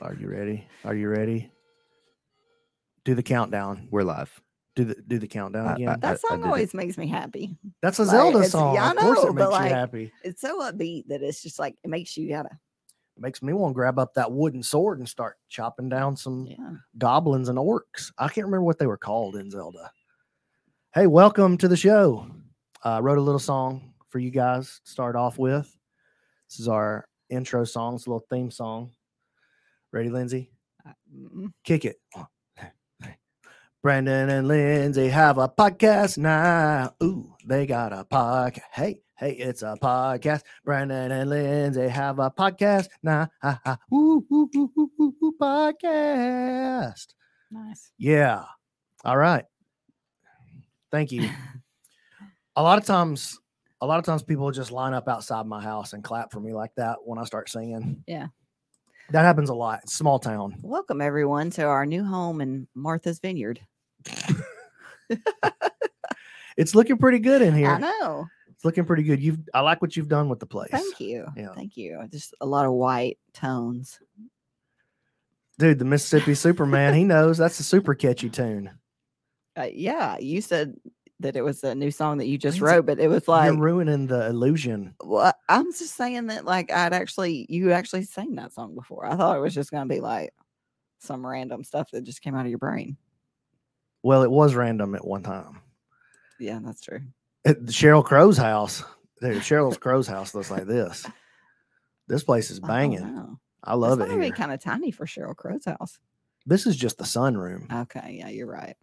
Are you ready? Are you ready? Do the countdown. We're live. Do the do the countdown I- again. I- Oh, That song did it. always makes me happy. That's a like, Zelda it's- song. yeah, I of course know, it but makes like- you happy. It's so upbeat that it's just like it makes you gotta It makes me want to grab up that wooden sword and start chopping down Mm. some yeah. goblins and orcs. I can't remember what they were called in Zelda. Hey, welcome to the show. I wrote a little song for you guys to start off with. This is our intro song. It's a little theme song. Ready, Lindsay? I- mm, Kick it. Brandon and Lindsay have a podcast now. Ooh, they got a podcast. Hey, hey, it's a podcast. Brandon and Lindsay have a podcast now. Ha, ha. Ooh, ooh, ooh, ooh, ooh, ooh, podcast. Nice. Yeah. All right. Thank you. a lot of times, a lot of times people just line up outside my house and clap for me like that when I start singing. Yeah. That happens a lot. It's small town. Welcome everyone to our new home in Martha's Vineyard. It's looking pretty good in I here. know. It's looking pretty good. You've I like what you've done with the place. Thank you. Yeah. Thank you. Just a lot of white tones. Dude, the Mississippi Superman, he knows that's a super catchy tune. Uh, yeah, you said that it was a new song that you just Lindsay, wrote, but it was like You're ruining the illusion. well, I'm just saying that like I'd actually you actually sang that song before. I thought it was just gonna be like some random stuff that just came out of your brain. Well, it was random at one time. Yeah, that's true. At the Cheryl Crow's house. Dude, Cheryl's Crow's house looks like this. This place is I oh, don't banging. know. I love it It's already here. kind of tiny for Cheryl Crow's house. This is just the sunroom. Okay, yeah, you're right.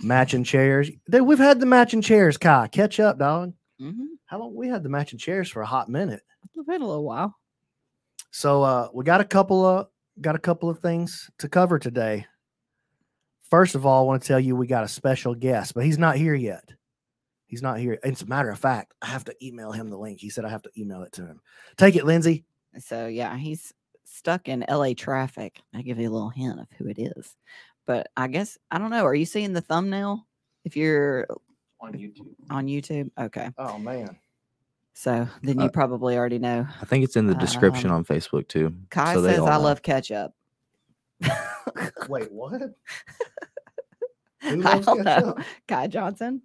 Matching chairs. Dude, we've had the matching chairs, Kai. Catch up, dog. Mm-hmm. How long we had the matching chairs for a hot minute. It's been a little while. So uh, we got a couple of got a couple of things to cover today. First of all, I want to tell you we got a special guest, but he's not here yet. He's not here. As a matter of fact, I have to email him the link. He said I have to email it to him. Take it, Lindsay. So yeah, he's stuck in LA traffic. I give you a little hint of who it is, but I guess I don't know. Are you seeing the thumbnail? If you're On YouTube. on YouTube, okay. Oh man. So then you Uh, probably already know. I think it's in the description Um, on Facebook too. Kai so they says all I know." love ketchup. Wait, what? Who I loves don't know. ketchup? Kai Johnson.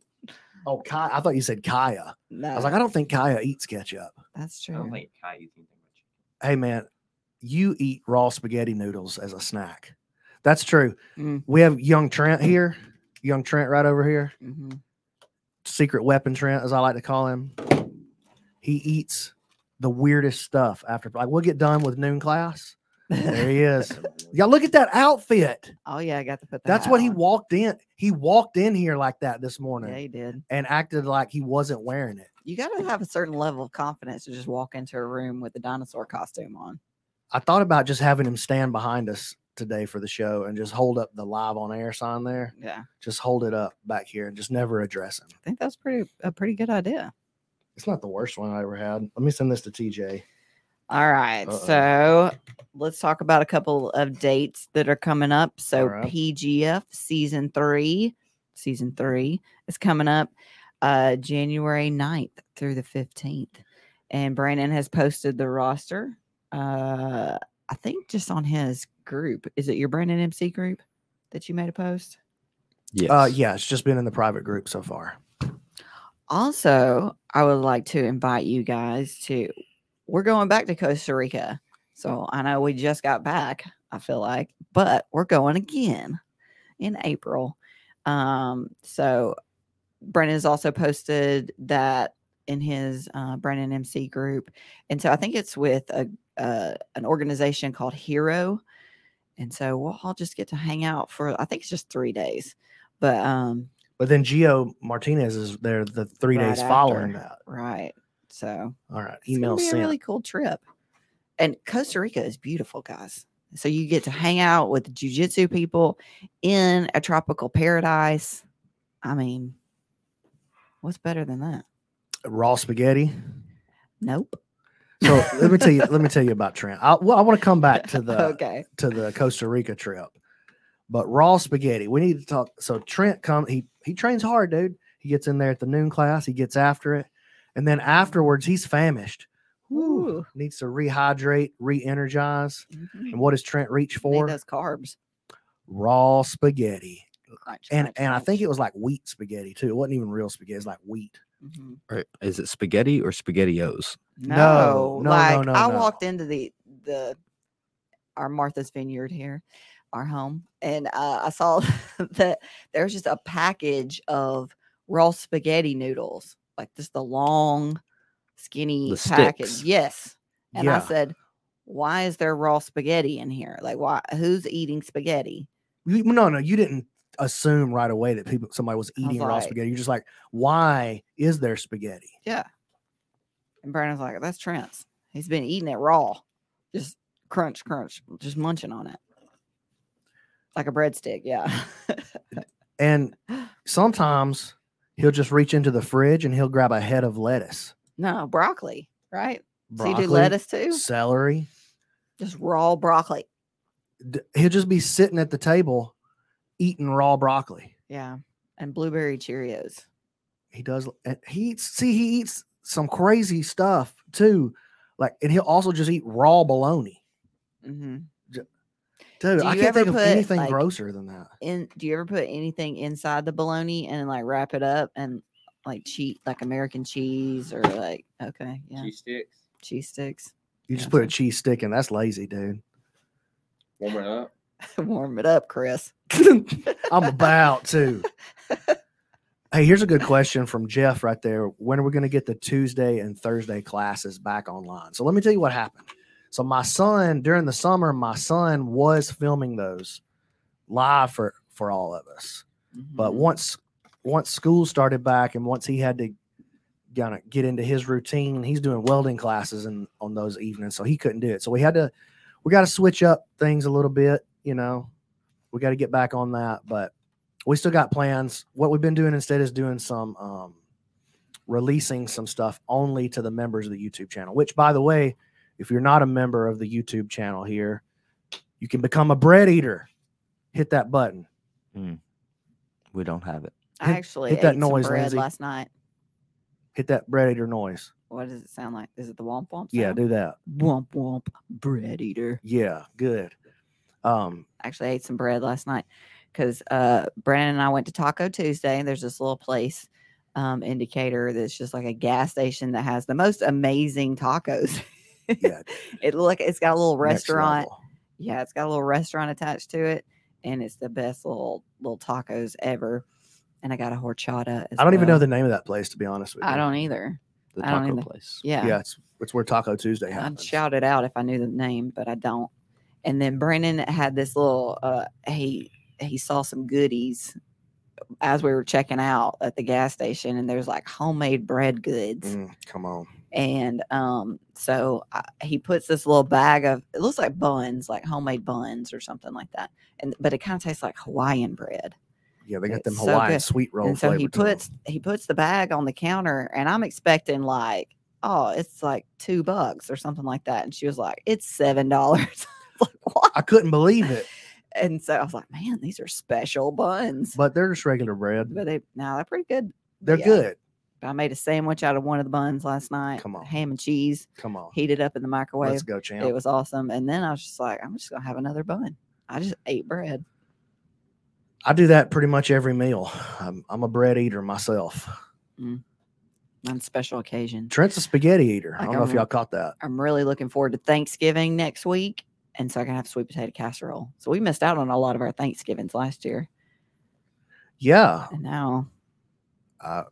Oh, Kai. I thought you said Kaya. No, I was like, I don't think Kaya eats ketchup. that's I true. don't think Kai eats anything but chicken. hey man, you eat raw spaghetti noodles as a snack. That's true. Mm. We have young Trent here, young Trent right over here, hmm secret weapon Trent, as I like to call him. He eats the weirdest stuff after like we'll get done with noon class. There he is. Y'all look at that outfit. oh yeah, I got to put that. That's hat what he on. walked in. He walked in here like that this morning Yeah, he did. and acted like he wasn't wearing it. You got to have a certain level of confidence to just walk into a room with a dinosaur costume on. I thought about just having him stand behind us today for the show and just hold up the live on air sign there. Yeah, I just hold it up back here and just never address him. think that's pretty a pretty good idea. It's not the worst one I ever had. Let me send this to TJ. All right, Uh-oh. so let's talk about a couple of dates that are coming up. So right. PGF season three, season three is coming up uh January 9th through the 15th. And Brandon has posted the roster. Uh I think just on his group. Is it your Brandon MC group that you made a post? Yes. Uh, yeah, it's just been in the private group so far. Also, I would like to invite you guys to. We're going back to Costa Rica. So I know we just got back, I feel like, but we're going again in April. Um, so Brennan has also posted that in his uh, Brennan MC group. And so I think it's with a, uh, an organization called Hero. And so we'll all just get to hang out for, I think it's just three days. But um, But then Gio Martinez is there the three Right days following after. that. right. So All right, It's gonna email be sent. a really cool trip. And Costa Rica is beautiful, guys. So you get to hang out with jujitsu people in a tropical paradise. I mean, what's better than that? Raw spaghetti. Nope. So let me tell you. Let me tell you about Trent. I, well, I want to come back to the okay. to the Costa Rica trip, but raw spaghetti. We need to talk. So Trent come. He he trains hard, dude. He gets in there at the noon class. He gets after it, and then afterwards he's famished. Woo. Ooh. Needs to rehydrate, re-energize. Mhm. And what does Trent reach for? Need those carbs. Raw spaghetti. Crunch, And crunch, and I think crunch. it was like wheat spaghetti too. It wasn't even real spaghetti. It's like wheat. Mhm. Or is it spaghetti or spaghettios? No, No, no, like no, I no. walked into the the our Martha's Vineyard here, our home, and uh, I saw that there was just a package of raw spaghetti noodles, like just the long, skinny The package. sticks. Yes, and I yeah. said, "Why is there raw spaghetti in here? Like, why? Who's eating spaghetti?" You- no, no, you didn't assume right away that people somebody was was eating raw like- spaghetti. You're just like, why is there spaghetti? And Brandon's like, "That's Trent's. He's been eating it raw, just crunch, crunch, just munching on it." Like a breadstick, yeah. And sometimes he'll just reach into the fridge and he'll grab a head of lettuce, No, broccoli, right? broccoli, so you do lettuce too? celery. Just raw broccoli. D- He'll just be sitting at the table eating raw broccoli. Yeah. And blueberry Cheerios. He does. and He eats. See, he eats some crazy stuff too. Like, and he'll also just eat raw bologna. Mm-hmm. hmm Dude, Do I you can't ever think of put, anything like- grosser than that. In do you ever put anything inside the bologna and like wrap it up and like cheat like American cheese or like okay, yeah, cheese sticks, cheese sticks. You just put a cheese stick in. That's lazy, dude. warm it up. Warm it up, Chris. I'm about to. Hey, here's a good question from Jeff right there. When are we going to get the Tuesday and Thursday classes back online? So let me tell you what happened. So my son during the summer, my son was filming those live for for all of us. But Mhm. once once school started back and once he had to kind of get into his routine, he's doing welding classes and on those evenings, so he couldn't do it. So we had to we got to switch up things a little bit, you know. We got to get back on that, but we still got plans. What we've been doing instead is doing some um releasing some stuff only to the members of the YouTube channel, which by the way, if you're not a member of the YouTube channel here, you can become a bread eater. Hit that button. We don't have it. I hit- actually hit that ate noise, some bread Lindsay. last night. Hit that bread eater noise. What does it sound like? Is it the womp womp? Yeah, sound? do that. Womp womp bread eater. Yeah, good. Um, actually ate some bread last night because uh, Brandon and I went to Taco Tuesday, and there's this little place um, indicator that's just like a gas station that has the most amazing tacos. yeah, it look it's got a little next restaurant. level. Yeah, it's got a little restaurant attached to it, and it's the best little little tacos ever. And I got a horchata. As I don't even know well. the name of that place to be honest with you. I don't either. The I don't taco either. place. Yeah, Yeah, it's it's where Taco Tuesday I'd happens. shout it out if I knew the name, but I don't. And then Brandon had this little uh he he saw some goodies as we were checking out at the gas station and there's like homemade bread goods Mm, come on, and um so I, he puts this little bag of it looks like buns like homemade buns or something like that and but it kind of tastes like hawaiian bread yeah, they got them It's so Hawaiian good. sweet roll. and so he flavor to 'em. puts he puts the bag on the counter and i'm expecting like oh it's like two bucks or something like that and she was like it's seven dollars like what I couldn't believe it, and so i was like man these are special buns but they're just regular bread. but they now they're pretty good They're yeah. good. i made a sandwich out of one of the buns last night Come on. ham and cheese Come on, heated up in the microwave let's go, champ. it was awesome and then i was just like i'm just gonna have another bun i just ate bread I do that pretty much every meal. I'm, I'm a bread eater myself. on special occasions Trent's a spaghetti eater. I Like, don't know if I'm- y'all caught that. I'm really looking forward to Thanksgiving next week. And so I can have sweet potato casserole. So we missed out on a lot of our Thanksgivings last year. Yeah, And now uh,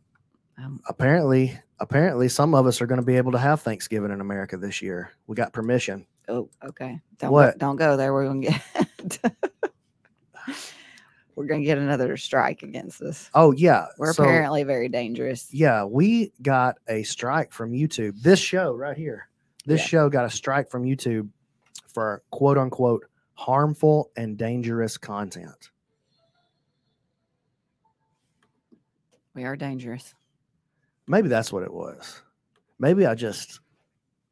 um, apparently, apparently, some of us are going to be able to have Thanksgiving in America this year. We got permission. oh, okay. Don't go- What? don't go there. We're gonna get we're gonna get another strike against us. Oh yeah, We're so- apparently very dangerous. Yeah, we got a strike from YouTube. This show right here, this Yeah. show got a strike from YouTube for quote unquote harmful and dangerous content. We are dangerous. Maybe that's what it was. Maybe I just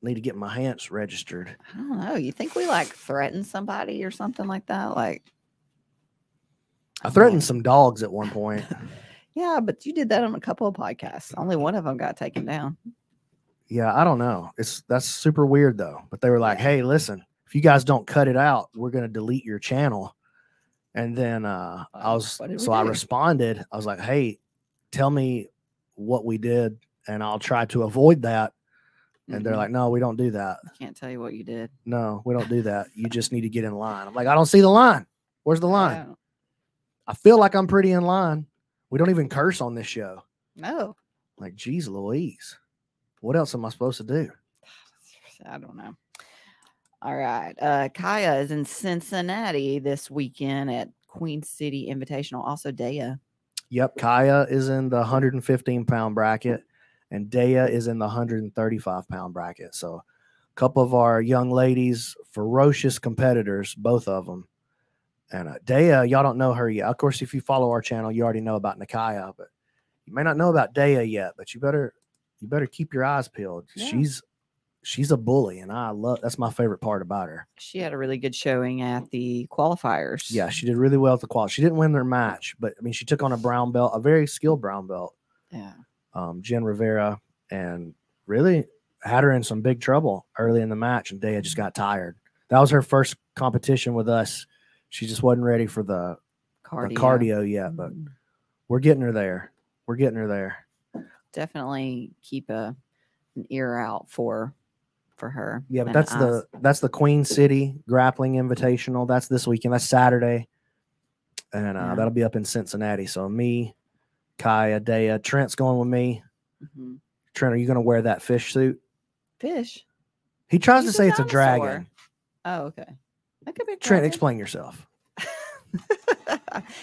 need to get my hands registered. I don't know. You think we like threaten somebody or something like that? Like I I'm threatened like- some dogs at one point. Yeah, but you did that on a couple of podcasts. Only one of them got taken down. Yeah, I don't know. It's that's super weird though. But they were like, "Hey, listen, if you guys don't cut it out, we're gonna delete your channel." And then uh, I Wow, was what did we so I do? responded. I was like, "Hey, tell me what we did, and I'll try to avoid that." And they're Mhm. like, "No, we don't do that. can't tell you what you did. No, we don't do that. You just need to get in line." I'm like, "I don't see the line. Where's the line? Oh, I feel like I'm pretty in line. We don't even curse on this show. No, Like, geez, Louise, what else am I supposed to do?" I don't know. All right. Uh, Kaya is in Cincinnati this weekend at Queen City Invitational. Also, Daya. Yep, Kaya is in the 115 pound bracket, and Daya is in the 135 pound bracket. So, a couple of our young ladies, ferocious competitors, both of them. And uh, Daya, y'all don't know her yet. Of course, if you follow our channel, you already know about Nakaya, but you may not know about Daya yet. But you better, you better keep your eyes peeled. Yeah. She's, she's a bully, and I love. That's my favorite part about her. She had a really good showing at the qualifiers. Yeah, she did really well at the qual. She didn't win their match, but I mean, she took on a brown belt, a very skilled brown belt. Yeah. um, Jen Rivera and really had her in some big trouble early in the match. And Daya just Mm-hmm. got tired. That was her first competition with us. She just wasn't ready for the the Cardio. cardio, yet, but Mm. we're getting her there. We're getting her there. definitely keep a an ear out for for her. Yeah, but and that's eyes. the that's the Queen City Grappling Invitational. That's this weekend. That's Saturday, and uh, Yeah. that'll be up in Cincinnati. So me, Kaya, Daya, Trent's going with me. Mhm. Trent, are you going to wear that fish suit? fish. He tries He's to a say it's a dinosaur. dragon. Oh, okay. That could be a Trent, dragon. explain yourself.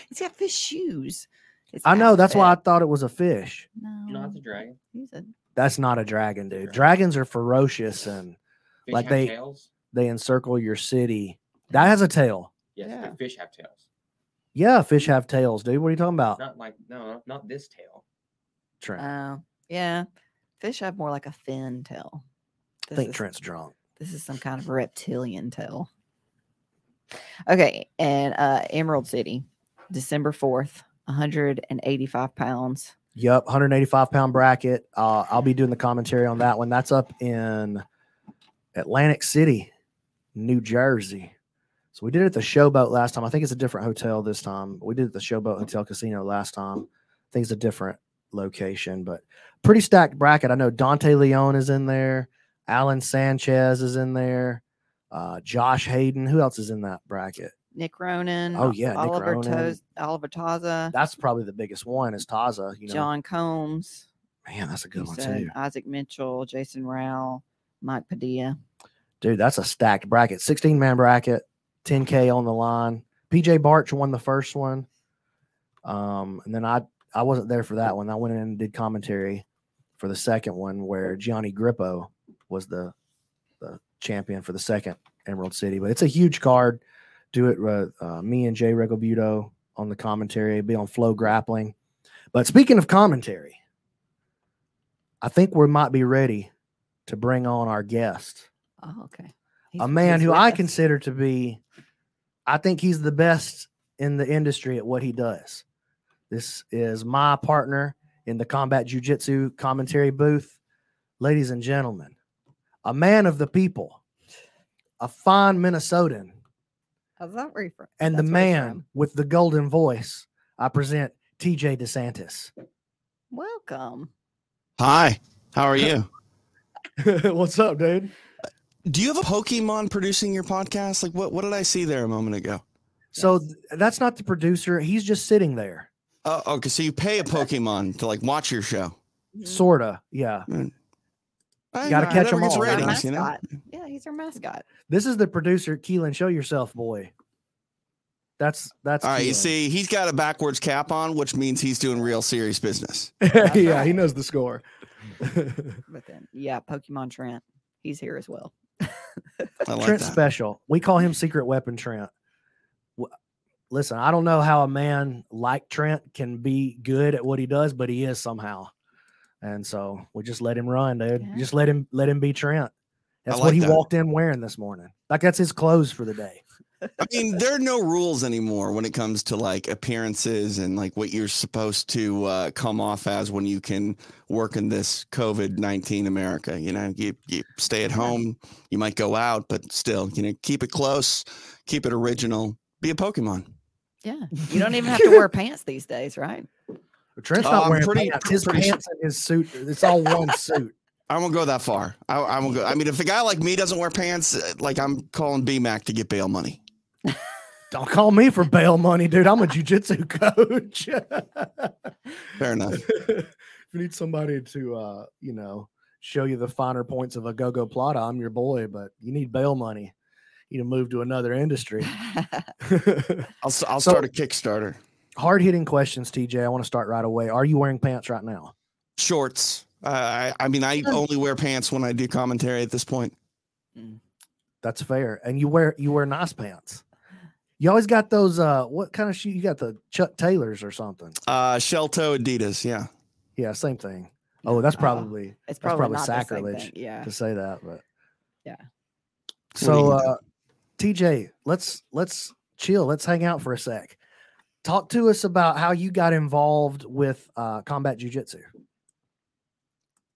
He's got fish shoes. It's I got know. That's why I fit. thought it was a fish. No, No, it's a dragon. he's a That's not a dragon, dude. Dragon. Dragons are ferocious and Fish Like have they- tails. they encircle your city. That has a tail. Yes, Yeah. the fish have tails. Yeah, fish have tails, dude. What are you talking about, Not like no, not this tail. Trent? Oh, yeah. Fish have more like a fin I tail. This think is, Trent's drunk. This is some kind of reptilian tail. Okay, and uh Emerald City, December fourth, 185 pounds. Yep, 185 pound bracket. Uh, I'll be doing the commentary on that one. That's up in Atlantic City, New Jersey. So we did it at the Showboat last time. I think it's a different hotel this time. We did it at the Showboat Hotel Casino last time. I think it's a different location, but pretty stacked bracket. I know Dante Leon is in there. Alan Sanchez is in there. Uh, Josh Hayden. Who else is in that bracket? Nick Ronan. Oh, yeah, Nick Oliver Ronan. Toz- Oliver Taza, That's probably the biggest one is Taza. You know, John Combs, man, that's a you good one said, too. Isaac Mitchell, Jason Rowell, Mike Padilla. Dude, that's a stacked bracket. 16 man bracket, 10K on the line. PJ Barch won the first one. Um, and then I I wasn't there for that one. I went in and did commentary for the second one where Gianni Grippo was the the champion for the second Emerald City. But it's a huge card. Do it uh, uh, me and Jay Regobuto on the commentary. It'd be on Flow Grappling. But speaking of commentary, I think we might be ready to bring on our guest Oh, okay. a He's- man he's who with I us. consider to be, I think he's the best in the industry at what he does. This is my partner in the combat jujitsu commentary booth. Ladies and gentlemen, a man of the people, a fine Minnesotan, How's that where you from? and the That's where he's man from. with the golden voice. I present TJ DeSantis. Welcome. Hi, how are you? What's up, dude? Do you have a Pokemon producing your podcast? Like, what, what did I see there a moment ago? So th- that's not the producer. He's just sitting there, Oh, okay. So you pay a Pokemon to like watch your show. Mm. sort of. Yeah. I- Gotta catch 'em whatever gets all, He's our right? ratings, you know? mascot. Yeah, he's our mascot. This is the producer, Keelan. Show yourself, boy. That's that's All right. You Keelan. see, he's got a backwards cap on, which means he's doing real serious business. yeah, he knows the score. But then, yeah, Pokemon Trent, he's here as well. I like Trent that. Special. We call him Secret Weapon Trent. W- Listen, I don't know how a man like Trent can be good at what he does, but he is somehow. And so we just let him run, dude. Yeah. Just let him let him be Trent. That's what like he that. walked in wearing this morning. Like that's his clothes for the day. I mean, there are no rules anymore when it comes to like appearances and like what you're supposed to uh, come off as when you can work in this COVID nineteen America. You know, you you stay at home, you might go out, but still, you know, keep it close, keep it original, be a Pokemon. Yeah. You don't even have to wear pants these days, right? Trent's Oh, not I'm wearing pretty- pants. His pretty sure- pants and his suit. It's all one suit. I won't go that far. I, I won't go. I mean, if a guy like me doesn't wear pants, uh, like I'm calling BMAC to get bail money. Don't call me for bail money, dude. I'm a jujitsu coach. Fair enough. if you need somebody to, uh, you know, show you the finer points of a go-go plata, I'm your boy. But you need bail money. You need to move to another industry. I'll s- I'll So- start a Kickstarter. Hard hitting questions, TJ. I want to start right away. Are you wearing pants right now? Shorts. Uh, I I mean, I only wear pants when I do commentary at this point. That's fair. And you wear you wear nice pants. You always got those. Uh, what kind of shoe? You got the Chuck Taylors or something? Uh, shell toe Adidas. Yeah. Yeah, same thing. Oh, that's Uh, probably It's That's probably, probably not the same sacrilege thing, Yeah. to say that, but Yeah. What do you So, think? uh, TJ, let's let's chill. Let's hang out for a sec. Talk to us about how you got involved with uh, combat jujitsu.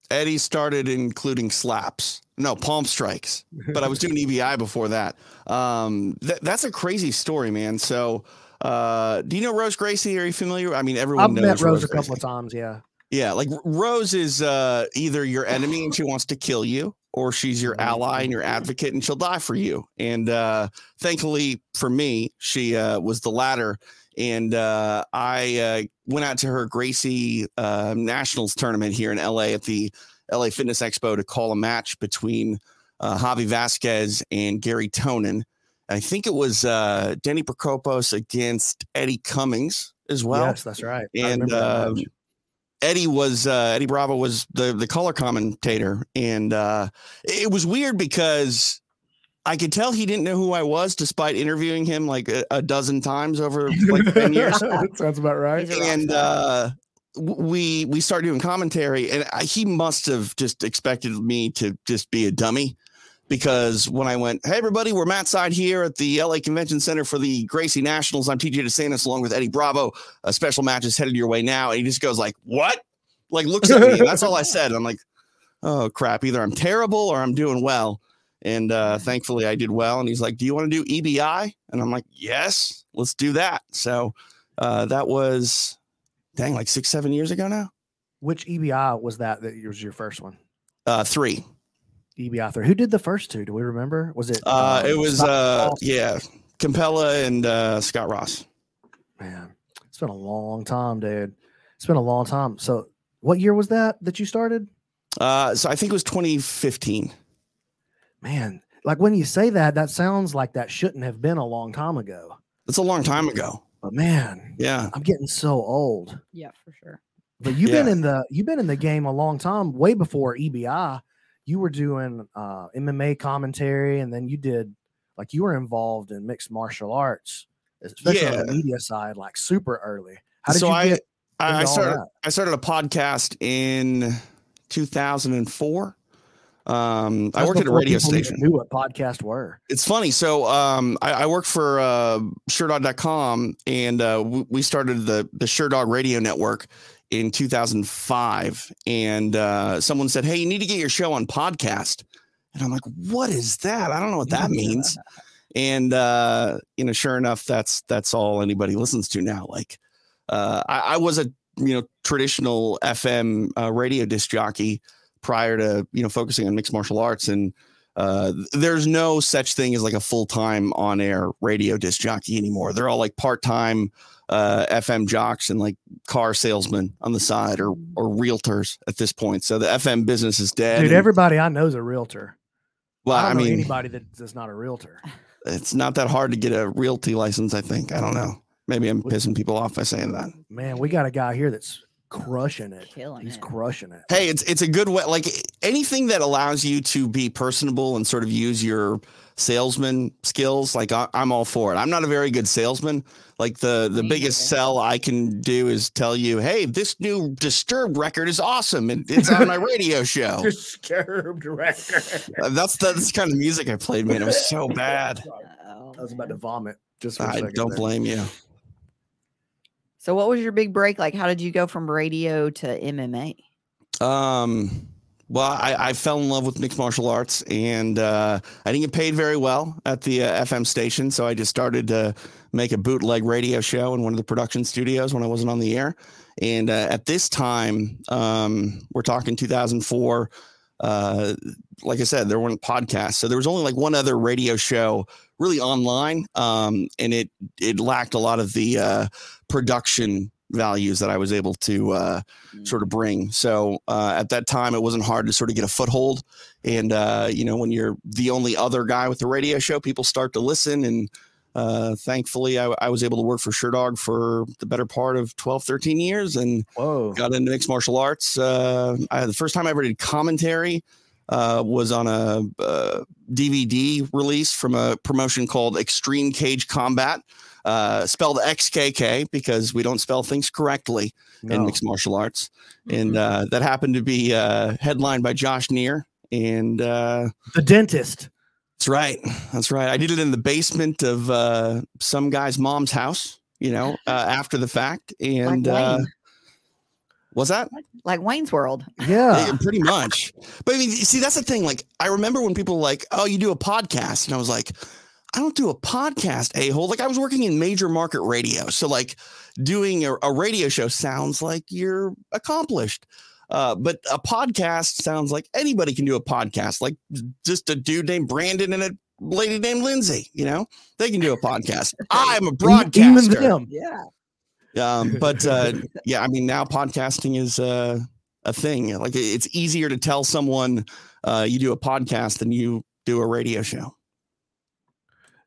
Eddie started including slaps. No, palm strikes. But I was doing EBI before that. Um, th- that's a crazy story, man. So, uh, do you know Rose Gracie? Are you familiar? I mean, everyone I've met knows Rose a couple Gracie. of times. Yeah, Yeah, like R- Rose is uh, either your enemy and she wants to kill you, or she's your ally and your advocate and she'll die for you. And uh, thankfully for me, she uh, was the latter. And uh, I uh, went out to her Gracie uh, Nationals tournament here in LA at the LA Fitness Expo to call a match between uh, Javi Vasquez and Gary Tonin. I think it was uh, Denny Procopos against Eddie Cummings as well yes, that's right. I and remember that um, match. Eddie was uh, Eddie Bravo was the the color commentator, and uh, it was weird because I could tell he didn't know who I was, despite interviewing him like a, a dozen times over like ten years That sounds about right. He's a rock and star. uh w- we we start doing commentary and I, he must have just expected me to just be a dummy because when I went, hey everybody, we're Matt Side here at the LA Convention Center for the Gracie Nationals. I'm TJ DeSantis along with Eddie Bravo. A special match is headed your way now. And he just goes like, what? Like looks at me. and that's all I said. And I'm like, oh crap, either I'm terrible or I'm doing well. And uh, thankfully I did well. And he's like, do you want to do EBI? And I'm like, yes, let's do that. So uh, that was dang like six seven years ago now Which EBI was that? That was your first one. uh three EBI three. Who did the first two? Do we remember? Was it? uh um, it was Scott uh Ross? yeah Compella and uh Scott Ross man. It's been a long time, dude. It's been a long time. So, what year was that that you started? uh so I think it was 2015 Man, like when you say that, that sounds like that shouldn't have been a long time ago. that's a long time ago But man, yeah I'm getting so old. Yeah, for sure. But you've been Yeah. in the you've been in the game a long time, way before EBI. You were doing uh, MMA commentary, and then you did like you were involved in mixed martial arts, especially on the media side, like super early. How did so you I get into I, I all started that? I started a podcast in 2004 um I That's worked at a before radio people even station Knew what podcasts were. it's funny. So um, I, I work for uh, SureDog.com, and uh, we, we started the the SureDog Radio Network in 2005. And uh, someone said, "Hey, you need to get your show on podcast." And I'm like, "What is that? I don't know what that means." And uh, you know, sure enough, that's that's all anybody listens to now. Like, uh, I, I was a you know traditional FM uh, radio disc jockey prior to you know focusing on mixed martial arts and uh, there's no such thing as like a full time on air radio disc jockey anymore. They're all like part time uh, FM jocks and like car salesmen on the side or or realtors at this point. So the FM business is dead. Mm. Dude, and- everybody I know is a realtor. well, I I, don't know mean, anybody that- that's not a realtor. it's not that hard to get a realty license. I think I don't know. Maybe I'm pissing people off by saying that. Man, we got a guy here that's crushing it. Killing He's it. crushing it. Hey, it's it's a good way. Like anything that allows you to be personable and sort of use your salesman skills. Like I, I'm all for it. I'm not a very good salesman. Like the the Me biggest neither. sell I can do is tell you, hey, this new Disturbed record is awesome, and it's on my radio show. Disturbed record. Uh, That's the, that's the kind of music I played, man. It was so bad. Uh-oh. I was about to vomit. Just for a I second don't there. blame you. So, what was your big break like? How did you go from radio to MMA? Um, well, I, I fell in love with mixed martial arts, and uh, I didn't get paid very well at the uh, FM station, so I just started to make a bootleg radio show in one of the production studios when I wasn't on the air. And uh, at this time, um, we're talking 2004. Uh, like I said, there weren't podcasts, so there was only like one other radio show really online, um, and it it lacked a lot of the uh, production values that I was able to. Uh, sort of bring. So uh, at that time, it wasn't hard to sort of get a foothold. And uh, you know, when you're the only other guy with the radio show, people start to listen. And uh, thankfully, I, I was able to work for Sure Dog for the better part of 12, 13 years, and Whoa. got into mixed martial arts. Uh, I, the first time I ever did commentary. Uh, was on a uh, DVD release from a promotion called Extreme Cage Combat, uh, spelled XKK because we don't spell things correctly in No. mixed martial arts. And uh, that happened to be uh, headlined by Josh Neer. And uh, The dentist. that's right. That's right. I did it in the basement of uh, some guy's mom's house, you know, uh, after the fact. And like uh, Wayne, was that? like Wayne's World. Yeah. Yeah, Eh, pretty much. But I mean, see, that's the thing. Like, I remember when people were like, "Oh, you do a podcast," and I was like, "I don't do a podcast, a hole." Like, I was working in major market radio, so like, doing a, a radio show sounds like you're accomplished. Uh, but a podcast sounds like anybody can do a podcast, like just a dude named Brandon and a lady named Lindsay. You know, they can do a podcast. I'm a broadcaster. Even them. Yeah. Um, but uh, yeah, I mean, now podcasting is uh, a thing. Like it- it's easier to tell someone uh, you do a podcast than you do a radio show.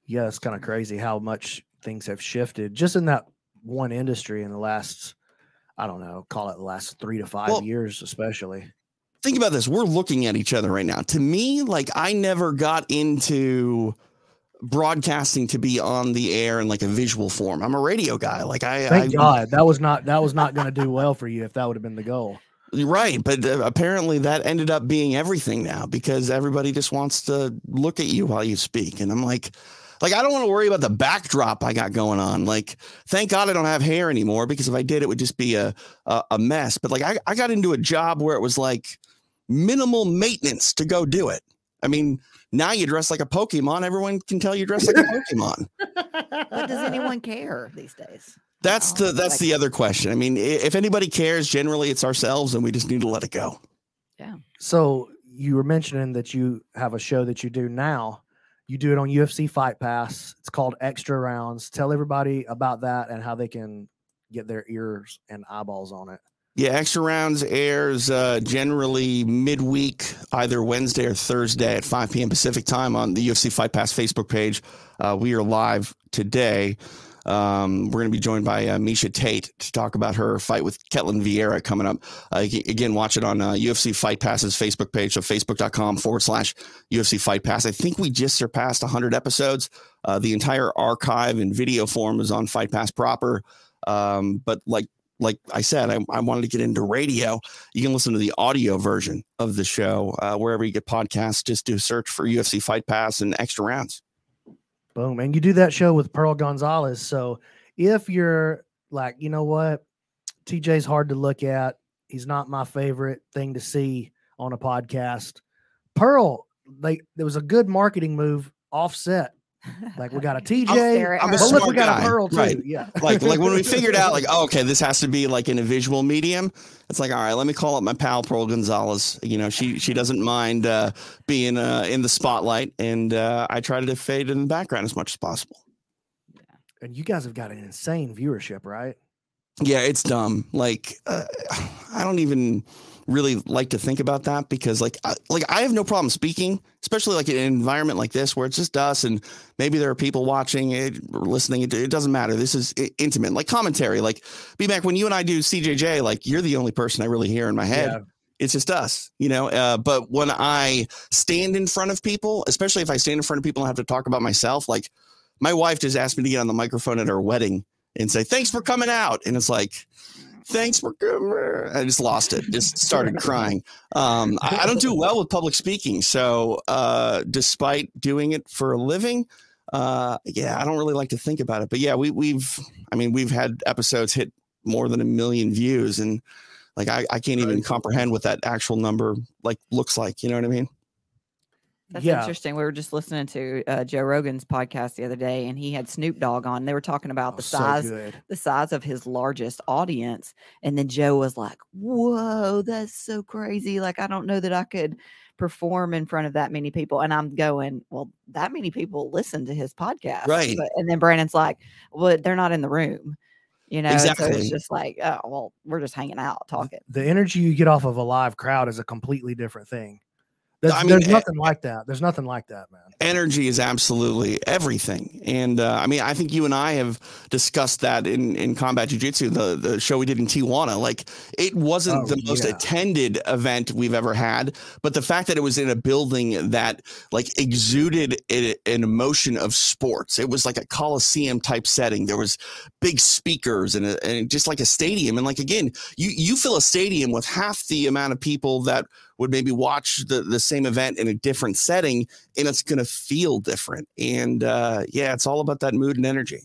yeah, it's kind of crazy how much things have shifted just in that one industry in the last, I don't know, call it the last three to five Well- years, especially. Think about this. We're looking at each other right now. To me, like I never got into broadcasting to be on the air in like a visual form. I'm a radio guy. Like I, Thank I God that was not that was not going to do well for you if that would have been the goal. You're Right, but uh, apparently that ended up being everything now because everybody just wants to look at you while you speak, and I'm like, like I don't want to worry about the backdrop I got going on. Like, thank God I don't have hair anymore because if I did, it would just be a a, a mess. But like I, I got into a job where it was like minimal maintenance to go do it. I mean, now you dress like a Pokemon. Everyone can tell you dress like a Pokemon. But does anyone care these days? That's the that's the other question. I mean, i- if anybody cares, generally it's ourselves, and we just need to let it go. So you were mentioning that you have a show that you do now. You do it on UFC Fight Pass. It's called Extra Rounds. Tell everybody about that and how they can get their ears and eyeballs on it. Yeah, extra rounds airs uh, generally midweek, either Wednesday or Thursday at 5 p.m. Pacific time on the UFC Fight Pass Facebook page. Uh, we are live today. Um, we're going to be joined by uh, Misha Tate to talk about her fight with Ketlin Vieira coming up. Uh, you can- again, watch it on uh, UFC Fight Pass's Facebook page, so facebook.com forward slash UFC Fight Pass. I think we just surpassed 100 episodes. Uh, the entire archive in video form is on Fight Pass proper. Um, but like like I said, I, I wanted to get into radio. You can listen to the audio version of the show uh, wherever you get podcasts. Just do a search for UFC Fight Pass and Extra Rounds. Boom. And you do that show with Pearl Gonzalez. So if you're like, you know what? TJ's hard to look at. He's not my favorite thing to see on a podcast. Pearl, they there was a good marketing move offset. Like we got a TJ. I'm a But look, we smart got guy, a Pearl too. right. Yeah. Like like when we figured out like oh, okay, this has to be like in a visual medium. It's like all right, let me call up my pal Pearl Gonzalez. You know she she doesn't mind uh, being uh, in the spotlight, and uh, I try to fade in the background as much as possible. and you guys have got an insane viewership, right? Yeah, it's dumb. Like, uh, I don't even really like to think about that because, like, I, like I have no problem speaking, especially like in an environment like this where it's just us and maybe there are people watching it or listening. It, it doesn't matter. This is i- intimate, like commentary. Like, be back when you and I do CJJ. Like, you're the only person I really hear in my head. It's just us, you know. Uh, but when I stand in front of people, especially if I stand in front of people and have to talk about myself, like my wife just asked me to get on the microphone at her wedding and say thanks for coming out and it's like thanks for coming i just lost it just started crying um, I, I don't do well with public speaking so uh, despite doing it for a living Uh, yeah, I don't really like to think about it, but yeah, we we've I mean we've had episodes hit more than a million views, and like I, I can't even comprehend what that actual number like looks like. You know what I mean? That's yeah. interesting. We were just listening to uh, Joe Rogan's podcast the other day, and he had Snoop Dogg on. They were talking about Oh, the so size, good. the size of his largest audience, and then Joe was like, "Whoa, that's so crazy! Like, I don't know that I could perform in front of that many people." And I'm going, "Well, that many people listen to his podcast, Right. But, and then Brandon's like, "Well, they're not in the room." You know, so Exactly. it's just like, oh, well, we're just hanging out talking. The energy you get off of a live crowd is a completely different thing. There's, I mean, there's eh, nothing like that. There's nothing like that, man. Energy is absolutely everything, and uh, I mean I think you and I have discussed that in in combat jujitsu, the the show we did in Tijuana. Like it wasn't Oh, the most yeah. attended event we've ever had, but the fact that it was in a building that like exuded a, an emotion of sports. It was like a coliseum type setting. There was big speakers and, a, and just like a stadium. And like again, you you fill a stadium with half the amount of people that would maybe watch the the same event in a different setting, and it's gonna feel different. And uh, yeah, it's all about that mood and energy.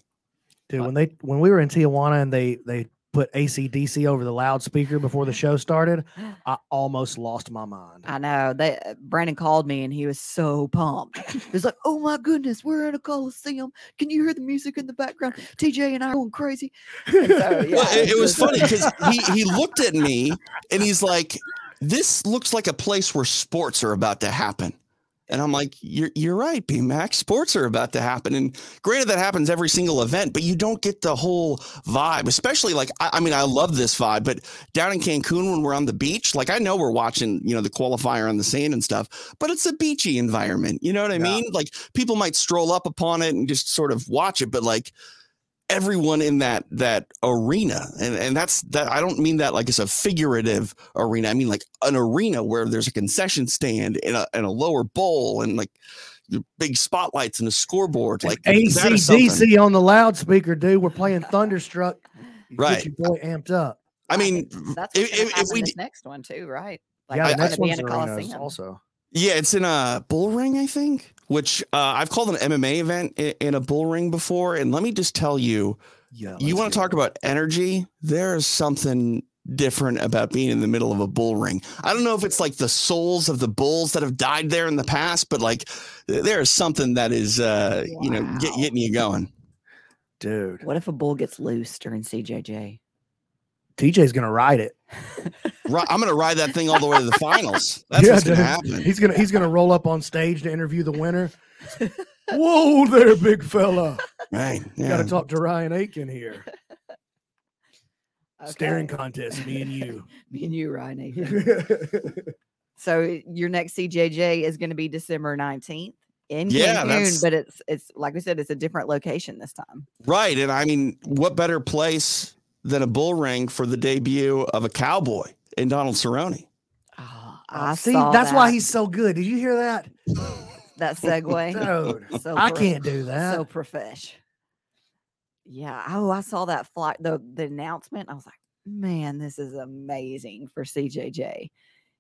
Dude, when they when we were in Tijuana and they they put ACDC over the loudspeaker before the show started, I almost lost my mind. I know. They uh, Brandon called me and he was so pumped. He was like, "Oh my goodness, we're in a coliseum! Can you hear the music in the background? TJ and I are going crazy." And so, yeah, Well, it, it's it was just funny like- because he, he looked at me and he's like, "This looks like a place where sports are about to happen." And I'm like, "You're you're right, B Max. Sports are about to happen." And granted, that happens every single event, but you don't get the whole vibe. Especially like, I, I mean, I love this vibe, but down in Cancun when we're on the beach, like I know we're watching, you know, the qualifier on the sand and stuff, but it's a beachy environment. You know what I Yeah. mean? Like people might stroll up upon it and just sort of watch it, but like everyone in that that arena and and that's that I don't mean that like it's a figurative arena I mean like an arena where there's a concession stand and a, and a lower bowl and like your big spotlights and a scoreboard like that is something. ACDC on the loudspeaker, dude. We're playing Thunderstruck. You Right. Get your boy amped up. I mean that's what's gonna if, if, if happen we this next one too, right? yeah, I- the I- it's next gonna be one's in a arenas coliseum. also. Yeah, it's in a bull ring, I think, which uh, I've called an MMA event in, in a bull ring before. And let me just tell you, Yeah. you let's want to do it. talk about energy? There is something different about being in the middle of a bull ring. I don't know if it's like the souls of the bulls that have died there in the past, but like th- there is something that is, uh, you know, get, Wow. getting you going. dude. What if a bull gets loose during CJJ? TJ's gonna ride it. Ri- I'm going to ride that thing all the way to the finals. That's Yeah, what's going to dude. happen. He's gonna he's gonna roll up on stage to interview the winner. Whoa there, big fella. Right. Gotta Yeah. talk to Ryan Aiken here. Staring Okay. contest, me and you. me and you, Ryan. Nathan. so your next CJJ is going to be December nineteenth in Yeah, Cancun, that's- but it's it's like we said, it's a different location this time. Right. And I mean, what better place than a bull ring for the debut of a cowboy in Donald Cerrone? Oh, I I See, saw that's why that- he's so good. Did you hear that? that segue. Dude, so I pro- can't do that. So profesh. Yeah. Oh, I saw that fly the the announcement. I was like, man, this is amazing for CJJ,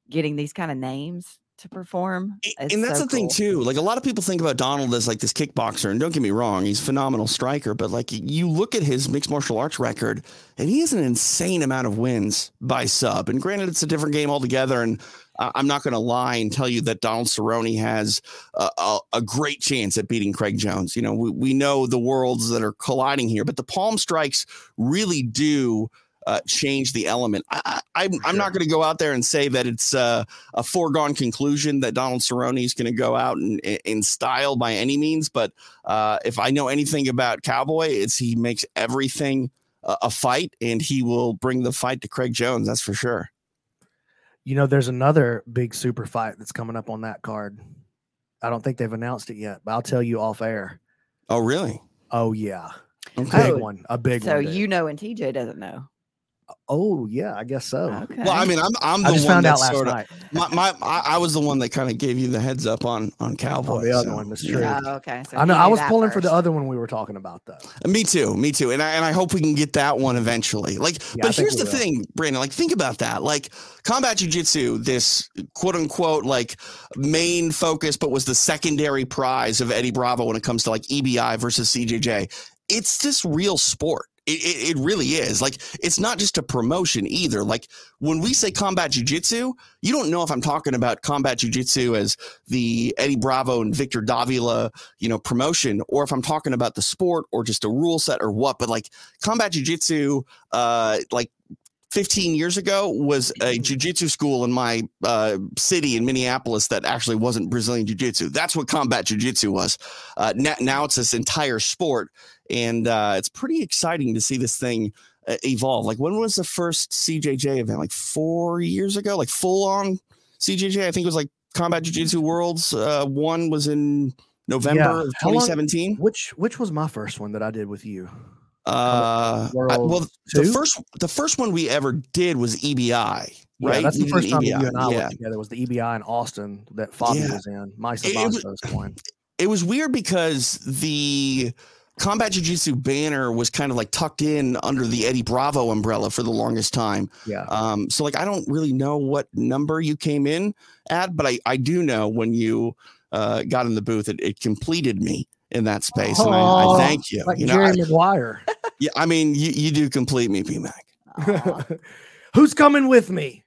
getting these kind of names to perform. A- is and that's so the thing cool. too. Like a lot of people think about Donald as like this kickboxer, and don't get me wrong, he's a phenomenal striker. But like you look at his mixed martial arts record, and he has an insane amount of wins by sub. And granted, it's a different game altogether. And I- I'm not going to lie and tell you that Donald Cerrone has a, a, a great chance at beating Craig Jones. You know, we, we know the worlds that are colliding here, but the palm strikes really do. Uh, change the element. I, I, I'm, I'm not going to go out there and say that it's uh, a foregone conclusion that Donald Cerrone is going to go out in, in style by any means. But uh, if I know anything about Cowboy, it's he makes everything a, a fight, and he will bring the fight to Craig Jones. That's for sure. You know, there's another big super fight that's coming up on that card. I don't think they've announced it yet, but I'll tell you off air. Oh, really? Oh yeah, Okay. big Oh, one, a big so one. dude. you know, and TJ doesn't know. Oh yeah, I guess so. Okay. Well, I mean, I'm I'm the I just one found that out last sort of night. my, my I, I was the one that kind of gave you the heads up on on Cowboys. other one, that's true. Oh, okay. So I know. he I knew was that pulling for the first. other one we were talking about though. Me too. Me too. And I, and I hope we can get that one eventually. Like, Yeah, I think but here's we the will. thing, Brandon. Like, think about that. Like, combat jujitsu, this quote unquote like main focus, but was the secondary prize of Eddie Bravo when it comes to like EBI versus CJJ. It's this real sport. It, it, it really is. Like, it's not just a promotion either. Like, when we say combat jujitsu, you don't know if I'm talking about combat jujitsu as the Eddie Bravo and Victor Davila you know, promotion, or if I'm talking about the sport or just a rule set or what. But like combat jujitsu, uh, like 15 years ago was a Mm-hmm. jujitsu school in my uh, city in Minneapolis that actually wasn't Brazilian jujitsu. That's what combat jujitsu was. Uh, now, now it's this entire sport, and uh, it's pretty exciting to see this thing uh, evolve. Like when was the first CJJ event? Like four years ago, like full on CJJ. I think it was like combat jujitsu worlds. Uh, one was in. November Yeah. of How long- 2017. Which which was my first one that I did with you? Uh, I- World well, the two? first the first one we ever did was EBI, right? Yeah, that's the We did first time that EBI, you and I yeah. went together. Was the EBI in Austin that Fabi Yeah. was in? My it was- Sabasco's one. It was weird because the combat jujitsu banner was kind of like tucked in under the Eddie Bravo umbrella for the longest time. Yeah, Um, so like I don't really know what number you came in at, but I I do know when you uh got in the booth, it, it completed me in that space, and I, I Aw, thank you. like you know, Jerry I, Maguire. yeah, I mean you you do complete me, PMAC. Aw. Who's coming with me?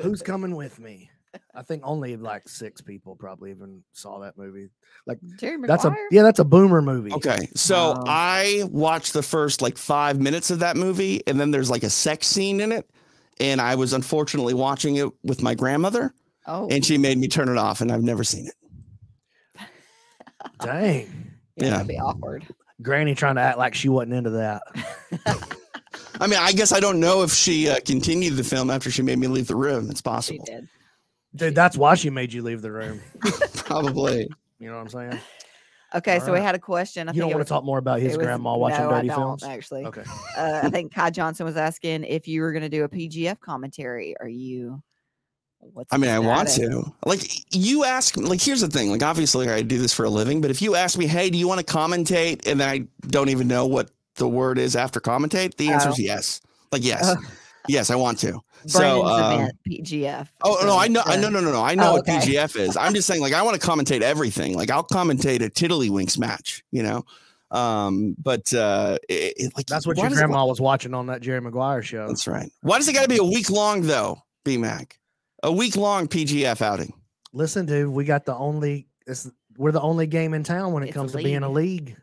Who's coming with me? I think only like six people probably even saw that movie. Jerry That's a Maguire? yeah, that's a boomer movie. Okay, so Wow. I watched the first like five minutes of that movie, and then there's like a sex scene in it, and I was unfortunately watching it with my grandmother, Oh, and she made me turn it off, and I've never seen it. Dang. yeah, yeah. That'd be awkward. Granny trying to act like she wasn't into that. I mean, I guess I don't know if she uh, continued the film after she made me leave the room. It's She possible, did. Dude, that's why she made you leave the room. probably. You know what I'm saying? Okay, All so right. we had a question. I you think don't it want was- to talk more about his it was- grandma watching no, dirty I don't, films. Actually, Okay. uh, I think Kai Johnson was asking if you were going to do a PGF commentary. Are you? What's I the mean, I want status? to. Like, you ask, like, here's the thing. Like, obviously, I do this for a living, but if you ask me, hey, do you want to commentate? And then I don't even know what the word is after commentate, the answer Oh. is yes. Like, yes. Oh. Yes, I want to. so, Brandon's um, event, PGF. oh, no, so I know. I, the- no, no, no, no. I know Oh, what okay. PGF is. I'm just saying, like, I want to commentate everything. Like, I'll commentate a Tiddlywinks match, you know? Um, but, uh, it, it- like, That's what why your does it- grandma was watching on that Jerry Maguire show. that's right. Why does it got to be a week long, though, BMAC? A week long PGF outing. Listen, dude, we got the only it's, we're the only game in town when it It's a comes to being a league.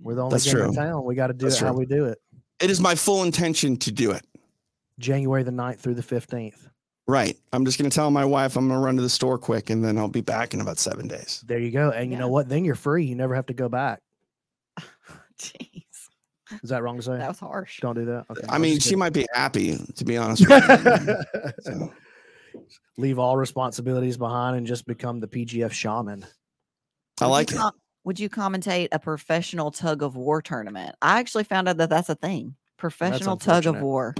We're the only That's game in true. town. We got to do That's it how true. we do it. It is my full intention to do it. January the 9th through the 15th. Right. I'm just going to tell my wife I'm going to run to the store quick and then I'll be back in about seven days. There you go. And you know Yeah. what? Then you're free. You never have to go back. Jeez, Is that wrong to say? that was harsh. Don't do that. Okay. I I'm mean, just she might be happy, to be honest with you. kidding. So, Leave all responsibilities behind and just become the PGF shaman. I Would you like it. com- would you commentate a professional tug of war tournament? I actually found out that that's a thing. Professional tug of unfortunate. war.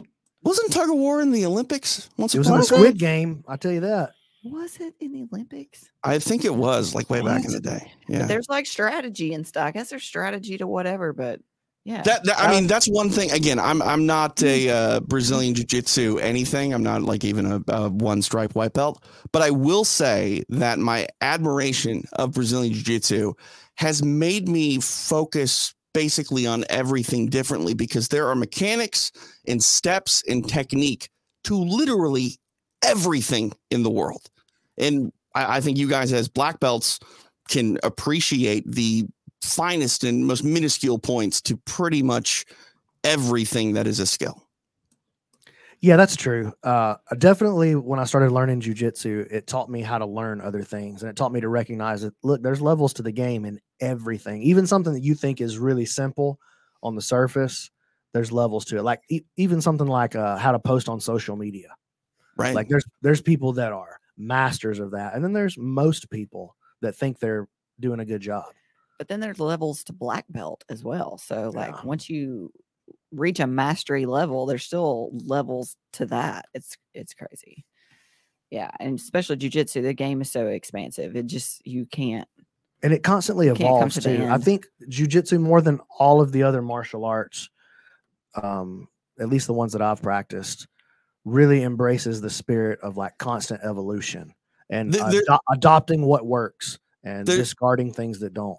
Wasn't tug of war in the Olympics once It was in upon the a Was it? Squid Game. I tell you that. Was it in the Olympics? I think it was like way back in the day. But Yeah. there's like strategy and stuff. I guess there's strategy to whatever, but yeah. That, that- I mean, that's one thing. Again, I'm I'm not a uh, Brazilian jiu jitsu anything. I'm not like even a, a one stripe white belt. But I will say that my admiration of Brazilian jiu jitsu has made me focus basically on everything differently because there are mechanics and steps and technique to literally everything in the world. And I, I think you guys, as black belts, can appreciate the finest and most minuscule points to pretty much everything that is a skill. Yeah, that's true. Uh, I definitely, when I started learning jujitsu, it taught me how to learn other things, and it taught me to recognize that look, there's levels to the game in everything. Even something that you think is really simple on the surface, there's levels to it. Like e- even something like uh, how to post on social media. Right. Like there's there's people that are masters of that, and then there's most people that think they're doing a good job. but then there's levels to black belt as well. So Yeah. like once you reach a mastery level, there's still levels to that. It's it's crazy. Yeah, and especially jujitsu, the game is so expansive. It just you can't. and it constantly You can't come evolves to the too. I end. think jujitsu more than all of the other martial arts, um, at least the ones that I've practiced, really embraces the spirit of like constant evolution and There- there- ado- adopting what works and There- discarding things that don't.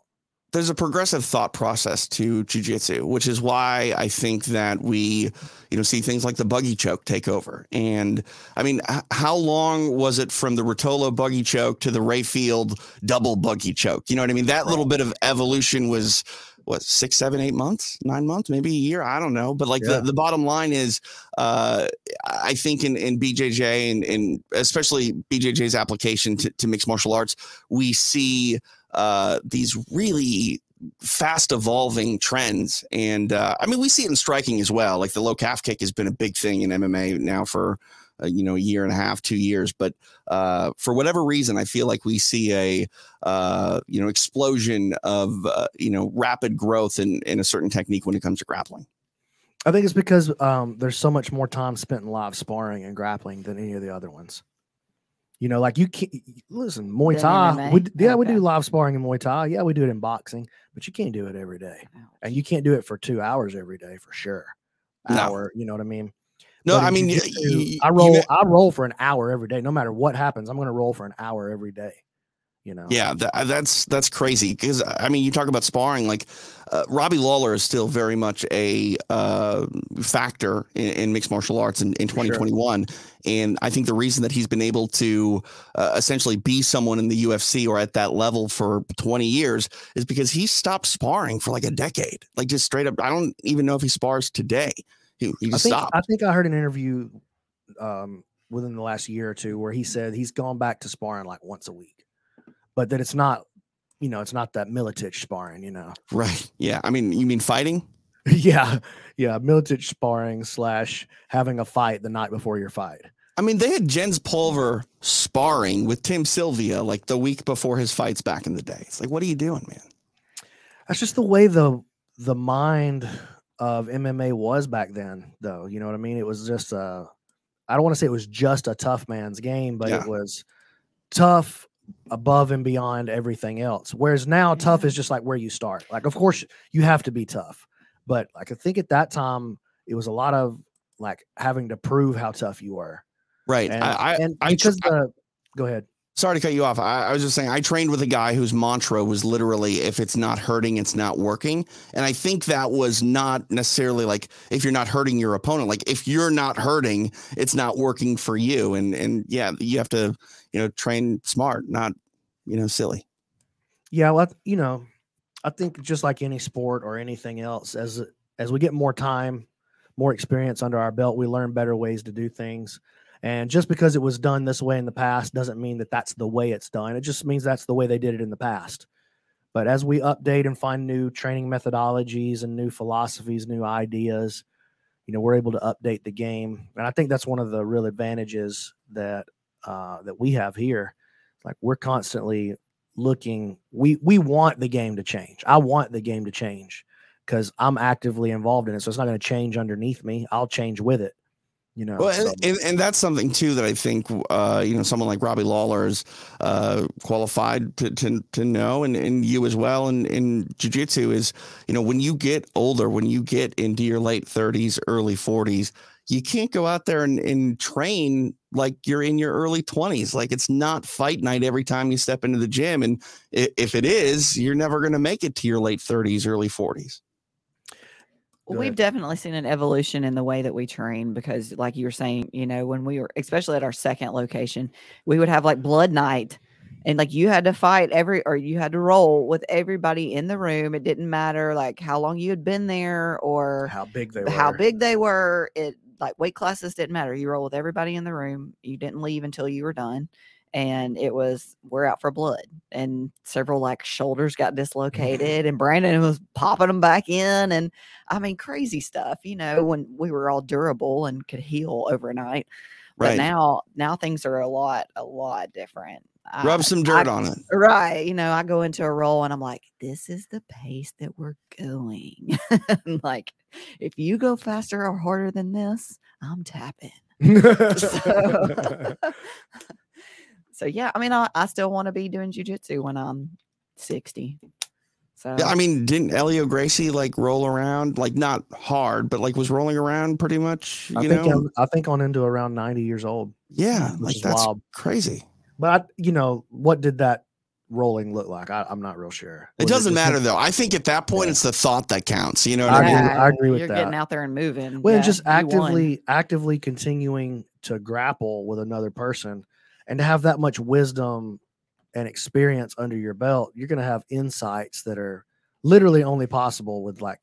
there's a progressive thought process to jujitsu, which is why I think that we, you know, see things like the buggy choke take over. And I mean, h- how long was it from the Rotolo buggy choke to the Rayfield double buggy choke? You know what I mean? That little bit of evolution was what six, seven, eight months, nine months, maybe a year. I don't know. But like Yeah. the, the bottom line is, uh, I think in, in BJJ and, and especially BJJ's application to, to mixed martial arts, we see uh, these really fast evolving trends. And uh, I mean, we see it in striking as well. Like the low calf kick has been a big thing in MMA now for, uh, you know, a year and a half, two years. But uh, for whatever reason, I feel like we see a, uh, you know, explosion of, uh, you know, rapid growth in, in a certain technique when it comes to grappling. I think it's because um, there's so much more time spent in live sparring and grappling than any of the other ones. You know, like you can't y- y- listen Muay Than Thai. MMA? We, d- yeah, we Okay. do live sparring in Muay Thai. Yeah, we do it in boxing, but you can't do it every day. and you can't do it for two hours every day for sure. No. Hour, you know what I mean? No, But I in mean, y- jujitsu, y- I you roll, met- I roll for an hour every day, no matter what happens. I'm going to roll for an hour every day. You know? Yeah, tha- uh, that's that's crazy because I mean, you talk about sparring. Like uh, Robbie Lawler is still very much a uh, factor in, in mixed martial arts in, in sure. 2021, and I think the reason that he's been able to uh, essentially be someone in the UFC or at that level for 20 years is because he stopped sparring for like a decade, like just straight up. I don't even know if he spars today. He, he I just think stopped. I think I heard an interview um, within the last year or two where he said he's gone back to sparring like once a week, but that it's not, you know, it's not that Militich sparring. You know? right? Yeah. I mean, you mean fighting? yeah, yeah, Militich sparring slash having a fight the night before your fight. I mean, they had Jens Pulver sparring with Tim Sylvia like the week before his fights back in the day. It's like, what are you doing, man? That's just the way the the mind of MMA was back then, though. You know what I mean? It was just a I don't want to say it was just a tough man's game, but Yeah. it was tough above and beyond everything else. Whereas now, tough Yeah. is just like where you start. Like, of course, you have to be tough, but like I think at that time, it was a lot of like having to prove how tough you were. Right. And, I, I, and I, tr- because the go ahead. sorry to cut you off. I, I was just saying, I trained with a guy whose mantra was literally, if it's not hurting, it's not working. And I think that was not necessarily like, if you're not hurting your opponent, like if you're not hurting, it's not working for you. And, and yeah, you have to, you know, train smart, not, you know, silly. Yeah, well, I- you know, I think just like any sport or anything else, as as we get more time, more experience under our belt, we learn better ways to do things. And just because it was done this way in the past doesn't mean that that's the way it's done. It just means that's the way they did it in the past. But as we update and find new training methodologies and new philosophies, new ideas, you know, we're able to update the game. And I think that's one of the real advantages that uh, that we have here. Like we're constantly looking we we want the game to change i want the game to change because i'm actively involved in it so it's not going to change underneath me i'll change with it you know Well, so- and, and, and that's something too that I think uh, you know someone like Robbie Lawler is uh, qualified to, to to know, and, and you as well. And in jujitsu is you know when you get older, when you get into your late thirties, early forties, you can't go out there and, and train like you're in your early twenties. Like it's not fight night every time you step into the gym, and i- if it is, you're never going to make it to your late thirties, early forties. Go We've ahead. definitely seen an evolution in the way that we train because, like you were saying, you know, when we were, especially at our second location, we would have like blood night and like you had to fight every, or you had to roll with everybody in the room. It didn't matter like how long you had been there or how big they were how big they were. It like weight classes didn't matter. You roll with everybody in the room. You didn't leave until you were done. And it was we're out for blood. And several like shoulders got dislocated and Brandon was popping them back in and I mean crazy stuff, you know, when we were all durable and could heal overnight. But Right. now now things are a lot, a lot different. I- Rub some dirt I- on it. Right. You know, I go into a role and I'm like, this is the pace that we're going. And, like, if you go faster or harder than this, I'm tapping. So, so yeah, I mean, I, I still want to be doing jujitsu when I'm 60. So Yeah, I mean, didn't Elio Gracie like roll around like not hard, but like was rolling around pretty much? I You think know, I'm, I think on into around 90 years old, yeah, which like is that's wild. crazy. But I, you know, what did that rolling look like? I, I'm not real sure. It Was doesn't just him- matter though. I think at that point, it's the thought that counts. You know what I I mean? agree- I agree with you're getting that. out there and moving. Well, yeah, and just you won. actively actively continuing to grapple with another person and to have that much wisdom and experience under your belt, you're going to have insights that are literally only possible with like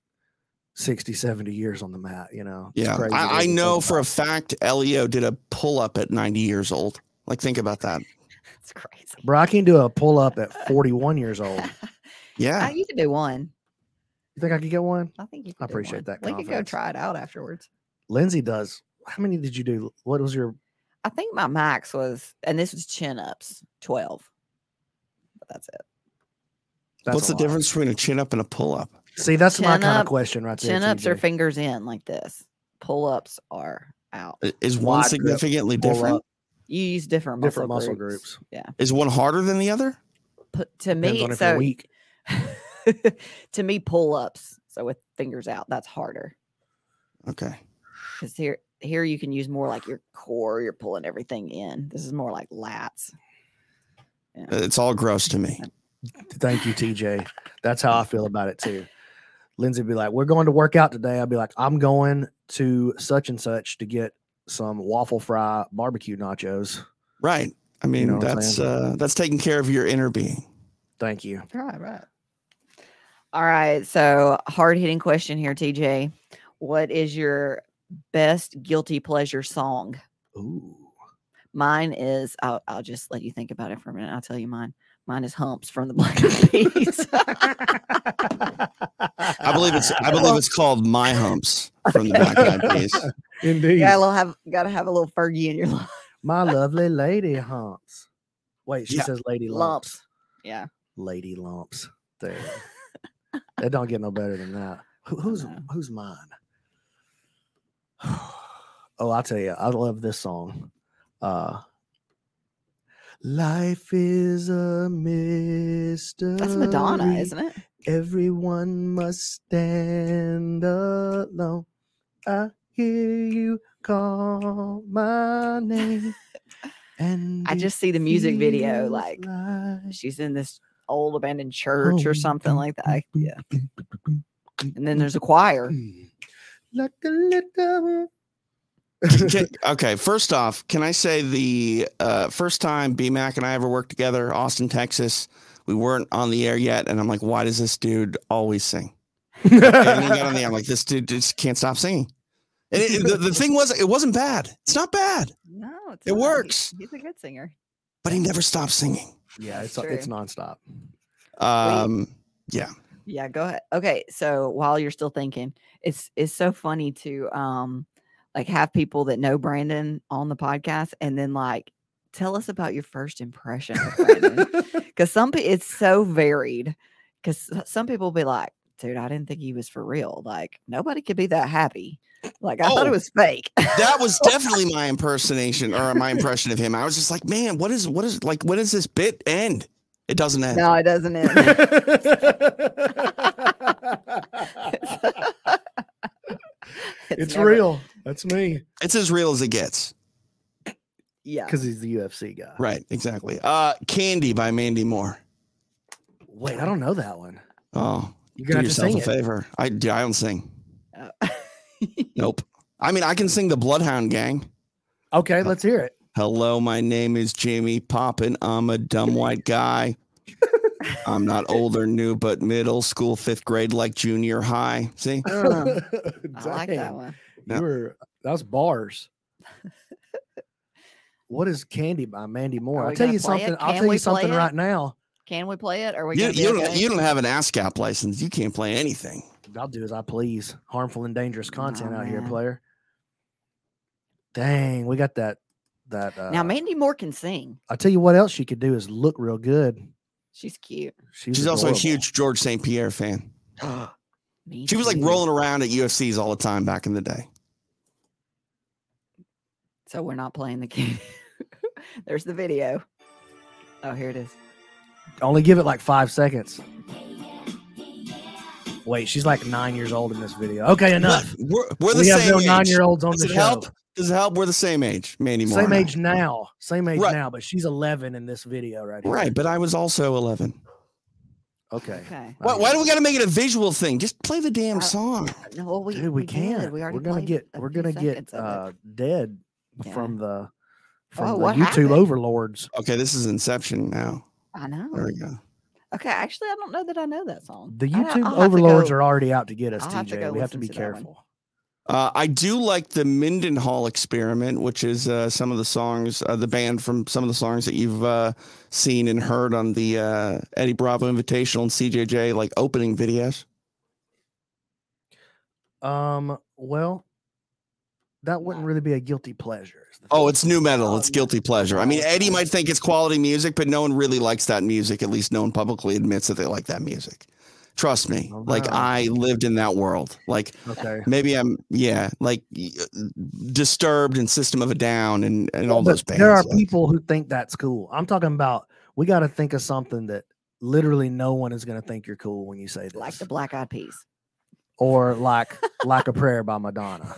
60, 70 years on the mat, you know. It's Yeah, crazy to I, I even know think for a about. fact Elio did a pull up at 90 years old. Like, think about that. It's crazy. Bro, I can do a pull up at 41 years old. Yeah, Uh, you could do one. You think I could get one? I think you. Could I do appreciate one. that We could go confidence. try it out afterwards. Lindsay does. How many did you do? What was your I think my max was, and this was chin ups, twelve. But that's it. that's what's a the lot. difference between a chin up and a pull up? See, that's my Chin kind of up- question right there. Chin ups are TJ. fingers in like this. Pull ups are out. Is one Wide grip, significantly pull different? up, You use different muscle different muscle groups. groups. Is one harder than the other? Put, to Depends me, on if you're so weak. to me, pull ups. So with fingers out, that's harder Okay. because here here you can use more like your core. You're pulling everything in. This is more like lats. Yeah. It's all gross to me. Thank you, TJ. That's how I feel about it too. Lindsay would be like, We're going to work out today. I'd be like, I'm going to such and such to get some waffle fry barbecue nachos. Right. I mean, know what I'm that's saying? uh, that's taking care of your inner being. Thank you. Right, right. All right. So, hard hitting question here, TJ. What is your best guilty pleasure song? Ooh. Mine is, I'll, I'll just let you think about it for a minute. I'll tell you mine. Mine is Humps from the Black Eyed Peas. I believe it's I believe it's called My Humps from the Black Eyed Peas. indeed. yeah, I'll have, gotta have a little Fergie in your lumps. My lovely lady humps. Wait, she Yeah. says lady lumps. lumps. Yeah. Lady lumps. There. it don't get no better than that. Who, who's know. who's mine? Oh, I'll tell you, I love this song. Uh Life is a mystery. That's Madonna, isn't it? Everyone must stand alone. I hear you call my name. And I it just see the music video, feels like she's in this old abandoned church Oh, or something like that. I- Yeah. And then there's a Mm-hmm. choir. Like a little. Can- okay, first off, can I say the uh, first time B Mac and I ever worked together, Austin, Texas, we weren't on the air yet, and I'm like, why does this dude always sing? And we got on the air, I'm like, this dude just can't stop singing. And it- the, the thing was, it wasn't bad. It's not bad, No, it's It not. He- works. He's a good singer. but he never stopped singing. yeah, That's it's it's true. nonstop. Um, yeah, Yeah, go ahead. Okay, so while you're still thinking, it's it's so funny to um like have people that know Brandon on the podcast and then like tell us about your first impression of Brandon because some pe- it's so varied because some people be like, dude, I didn't think he was for real. Like nobody could be that happy. Like I thought Oh. it was fake. that was definitely my impersonation or my impression of him. I was just like, man, what is what is like when does this bit end? It doesn't end. no, it doesn't. End. it's never- real. That's me. It's as real as it gets. Yeah. Because he's the UFC guy. Right, exactly. Uh Candy by Mandy Moore. Wait, I don't know that one. Oh, You do got to yourself sing a it. favor. I do I don't sing. Oh. Nope. I mean, I can sing the Bloodhound Gang. Okay, let's hear it. Hello, my name is Jamie Poppin. I'm a dumb white guy. I'm not old or new, but middle school, fifth grade, like junior high. See? Uh, I like that Dang, one. You were that was bars. what is Candy by Mandy Moore? Are I'll we tell gonna you play it? something. I'll Can tell we you play something it? right now. Can we play it? Or are we You, gonna be you, don't, okay? you don't have an ASCAP license. You can't play anything. I'll do as I please. Harmful and dangerous content Aw, out here, man. player. Dang, we got that That uh, now Mandy Moore can sing. I tell you what else she could do is look real good. She's cute. She's, She's also a adorable. huge George St. Pierre fan. Me She was like too. rolling around at UFCs all the time back in the day. So we're not playing the game. There's the video. Oh, here it is. Only give it like five seconds. Wait, she's like nine years old in this video. Okay, enough. We're, we're the we have same no age. nine-year-olds on Does the it show. help? Does it help? We're the same age, Mandy Moore. Same and I. age now. Same age Right. now, but she's 11 in this video right here. Right, but I was also 11. Okay. Okay. Why, why do we got to make it a visual thing? Just play the damn Uh, song. No, well, we, Dude, we, did. can't. We We already are gonna played get. a We're few gonna get seconds of it. uh, dead Yeah. from the from Oh, the what YouTube happened? overlords. Okay, this is Inception now. uh, I know. There we go. Okay, actually, I don't know that I know that song. The YouTube overlords are already out to get us, I'll have to TJ. go we have to listen be to that one. careful. Uh, I do like the Mindenhall experiment, which is uh, some of the songs, uh, the band from some of the songs that you've uh, seen and heard on the uh, Eddie Bravo Invitational and CJJ like opening videos. Um. Well, that wouldn't really be a guilty pleasure. is the Oh, thing. it's new metal. Um, It's guilty pleasure. I oh, mean, Eddie might think it's quality music, but no one really likes that music. At least no one publicly admits that they like that music. Trust me. All Like right. I lived in that world. Like okay. maybe I'm yeah, like y- disturbed and system of a down and, and all But those bands. there are like- people who think that's cool. I'm talking about. We got to think of something that literally no one is gonna think you're cool when you say this, like the Black Eyed Peas. or like like a prayer by Madonna.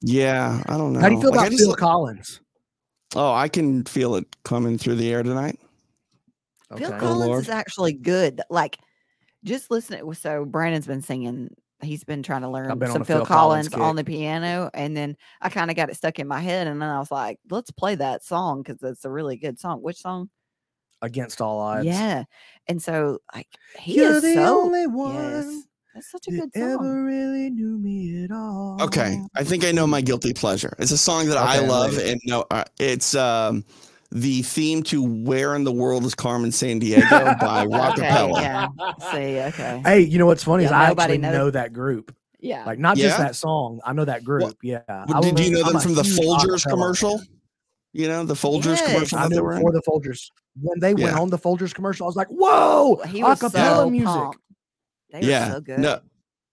Yeah, I don't know. How do you feel Like, I about just- Phil Collins? Oh, I can feel it coming through the air tonight. Okay. Phil Oh, Collins Lord. is actually good. Like, just listen. It was so Brandon's been singing. He's been trying to learn been on some a Phil, Phil Collins Collins, on the piano, and then I kind of got it stuck in my head, and then I was like, "Let's play that song because it's a really good song." Which song? Against all odds. Yeah. And so, like, he You're is the so. only Yes, one that's such a that good song. ever really knew me at all. Okay, I think I know my guilty pleasure. It's a song that I Oh. Okay, love, wait. and no, uh, it's um, the theme to "Where in the World Is Carmen San Diego" by Okay, Rockapella. yeah. See, okay, Hey, you know what's funny is Yeah, I nobody actually knows- know that group. yeah. Like not just Yeah? that song. I know that group. yeah. I Well, Did you was- I'm know them a from the huge Folgers acapella commercial? fan. You know the Folgers Yes. commercial I that knew they them were in. for the Folgers. When they went Yeah. on the Folgers commercial, I was like, "Whoa, He was acapella so music!" pumped. They were Yeah, so good. No,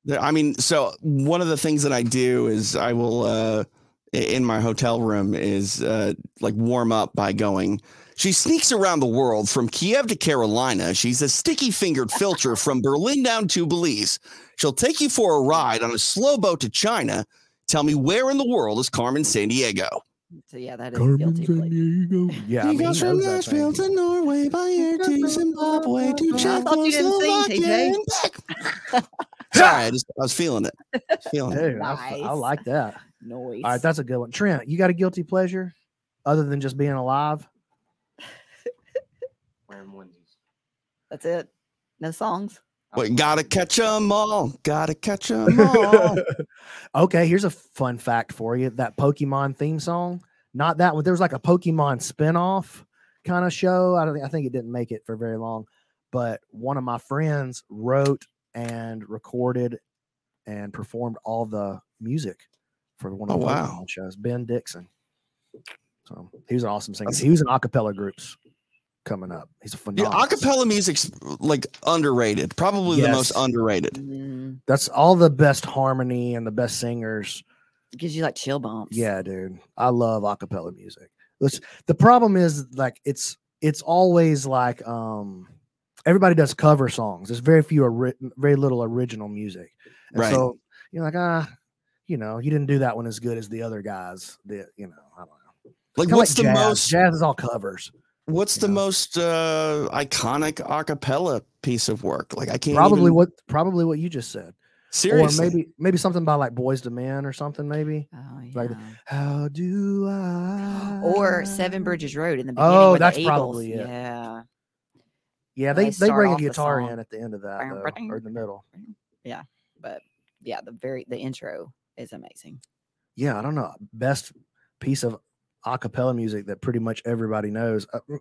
there- I mean, so one of the things that I do is I will uh, i- in my hotel room is uh, like warm up by going. She sneaks around the world from Kiev to Carolina. She's a sticky fingered filcher from Berlin down to Belize. She'll take you for a ride on a slow boat to China. Tell me where in the world is Carmen San Diego? So yeah, that is Carmen guilty. plea. Sandiego. Yeah, I mean, he goes knows that thing. Norway, by air I thought you didn't sing, TJ. back. Sorry, I, just, I was feeling it. I was feeling it. Dude, I f- I Nice. like that. Noise. All right, that's a good one. Trent, you got a guilty pleasure other than just being alive? Wearing onesies. that's it. No songs. Wait, gotta catch 'em all. Gotta catch 'em all. okay, here's a fun fact for you. That Pokemon theme song, not that one. There was like a Pokemon spinoff kind of show. I don't think I think it didn't make it for very long, but one of my friends wrote and recorded and performed all the music for one of Oh, the wow. Pokemon shows. Ben Dixon. So he was an awesome singer. That's- He was in acapella groups coming up. He's a Dude, phenomenal. singer. acapella music's like underrated. Probably the most Yes. underrated. Mm, That's all the best harmony and the best singers. gives you like chill bumps. Yeah, dude. I love acapella music. Let's, the problem is like it's it's always like um everybody does cover songs. There's very few ori- very little original music. And Right. so you're like, ah, you know, you didn't do that one as good as the other guys. The you know, I don't know. Like Kinda what's the jazz. most jazz is all covers. what's the Yeah. most uh iconic acapella piece of work? Like I can't Probably even- what probably what you just said. seriously. Or maybe maybe something by like Boys to Men or something, maybe. Oh, yeah. Like the- How do I or Seven Bridges Road in the beginning. "Ah." Oh, with the that's Eagles. probably it. Yeah. Yeah, When they, they they start bring a off the guitar song. in at the end of that, Bang, though, or in the ba-ding. middle. But yeah, the very the intro is amazing. Yeah, I don't know. Best piece of a cappella music that pretty much everybody knows. Uh, mm,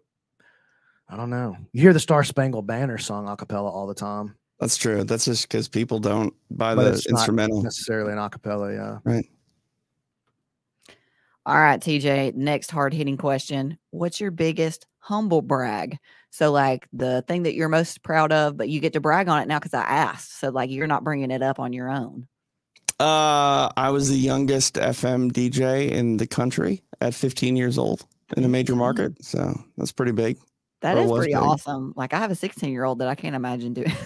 I don't know. You hear the Star Spangled Banner sung a cappella all the time. That's true. That's just because people don't buy But the it's not instrumental. Necessarily an a cappella, yeah. Right. All right, TJ, next hard hitting question. What's your biggest humble brag? So, like the thing that you're most proud of, but you get to brag on it now because I asked. So, like, you're not bringing it up on your own. Uh, I was the youngest FM DJ in the country at 15 years old in a major market. So that's pretty big. That Or is was pretty big. awesome. Like, I have a 16 year old that I can't imagine doing.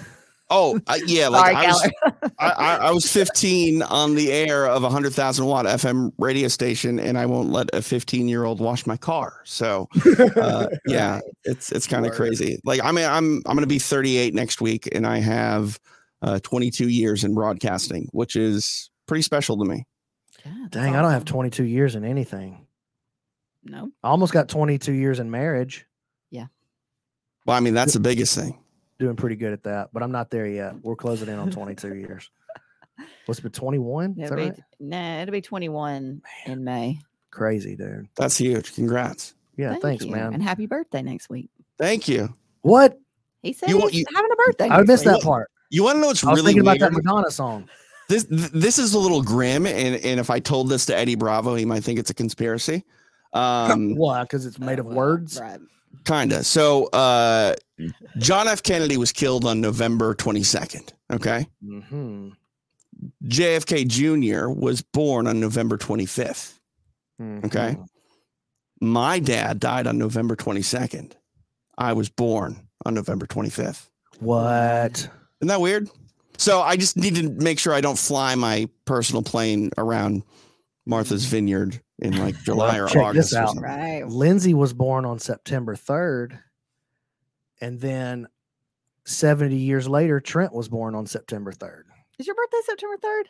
Oh, I, yeah. Like Sorry, I, was, Keller. I, I, I was 15 on the air of a 100,000 watt FM radio station, and I won't let a 15 year old wash my car. So uh, yeah, it's it's kind of Word. crazy. Like I mean, I'm I'm gonna be 38 next week, and I have uh, 22 years in broadcasting, which is pretty special to me. Yeah, that's Dang, I don't have awesome. 22 years in anything. No. I almost got 22 years in marriage. Well, I mean, that's the biggest thing. Doing pretty good at that, but I'm not there yet. We're closing in on 22 years. What's it been 21? Is It'll that be, right? Nah, it'll be 21 in May. Crazy, dude. That's huge. Congrats. Yeah, Thank thanks, you, man. And happy birthday next week. Thank you. what? He said You want- he's having a birthday. I next missed week. that part. You want to know what's I was really thinking weird? about that Madonna song. this th- this is a little grim, and and if I told this to Eddie Bravo, he might think it's a conspiracy. Um, Why? Because it's made Oh, of well, words. Right. Kinda. So uh John F. Kennedy was killed on November 22nd. Okay. Mm-hmm. JFK Jr. was born on November 25th. Okay. My dad died on November 22nd. I was born on November 25th. What? Isn't that weird? So I just need to make sure I don't fly my personal plane around Martha's Vineyard in like July or check August. this or out. something. Right. Lindsay was born on September 3rd. And then 70 years later, Trent was born on September 3rd. Is your birthday September 3rd?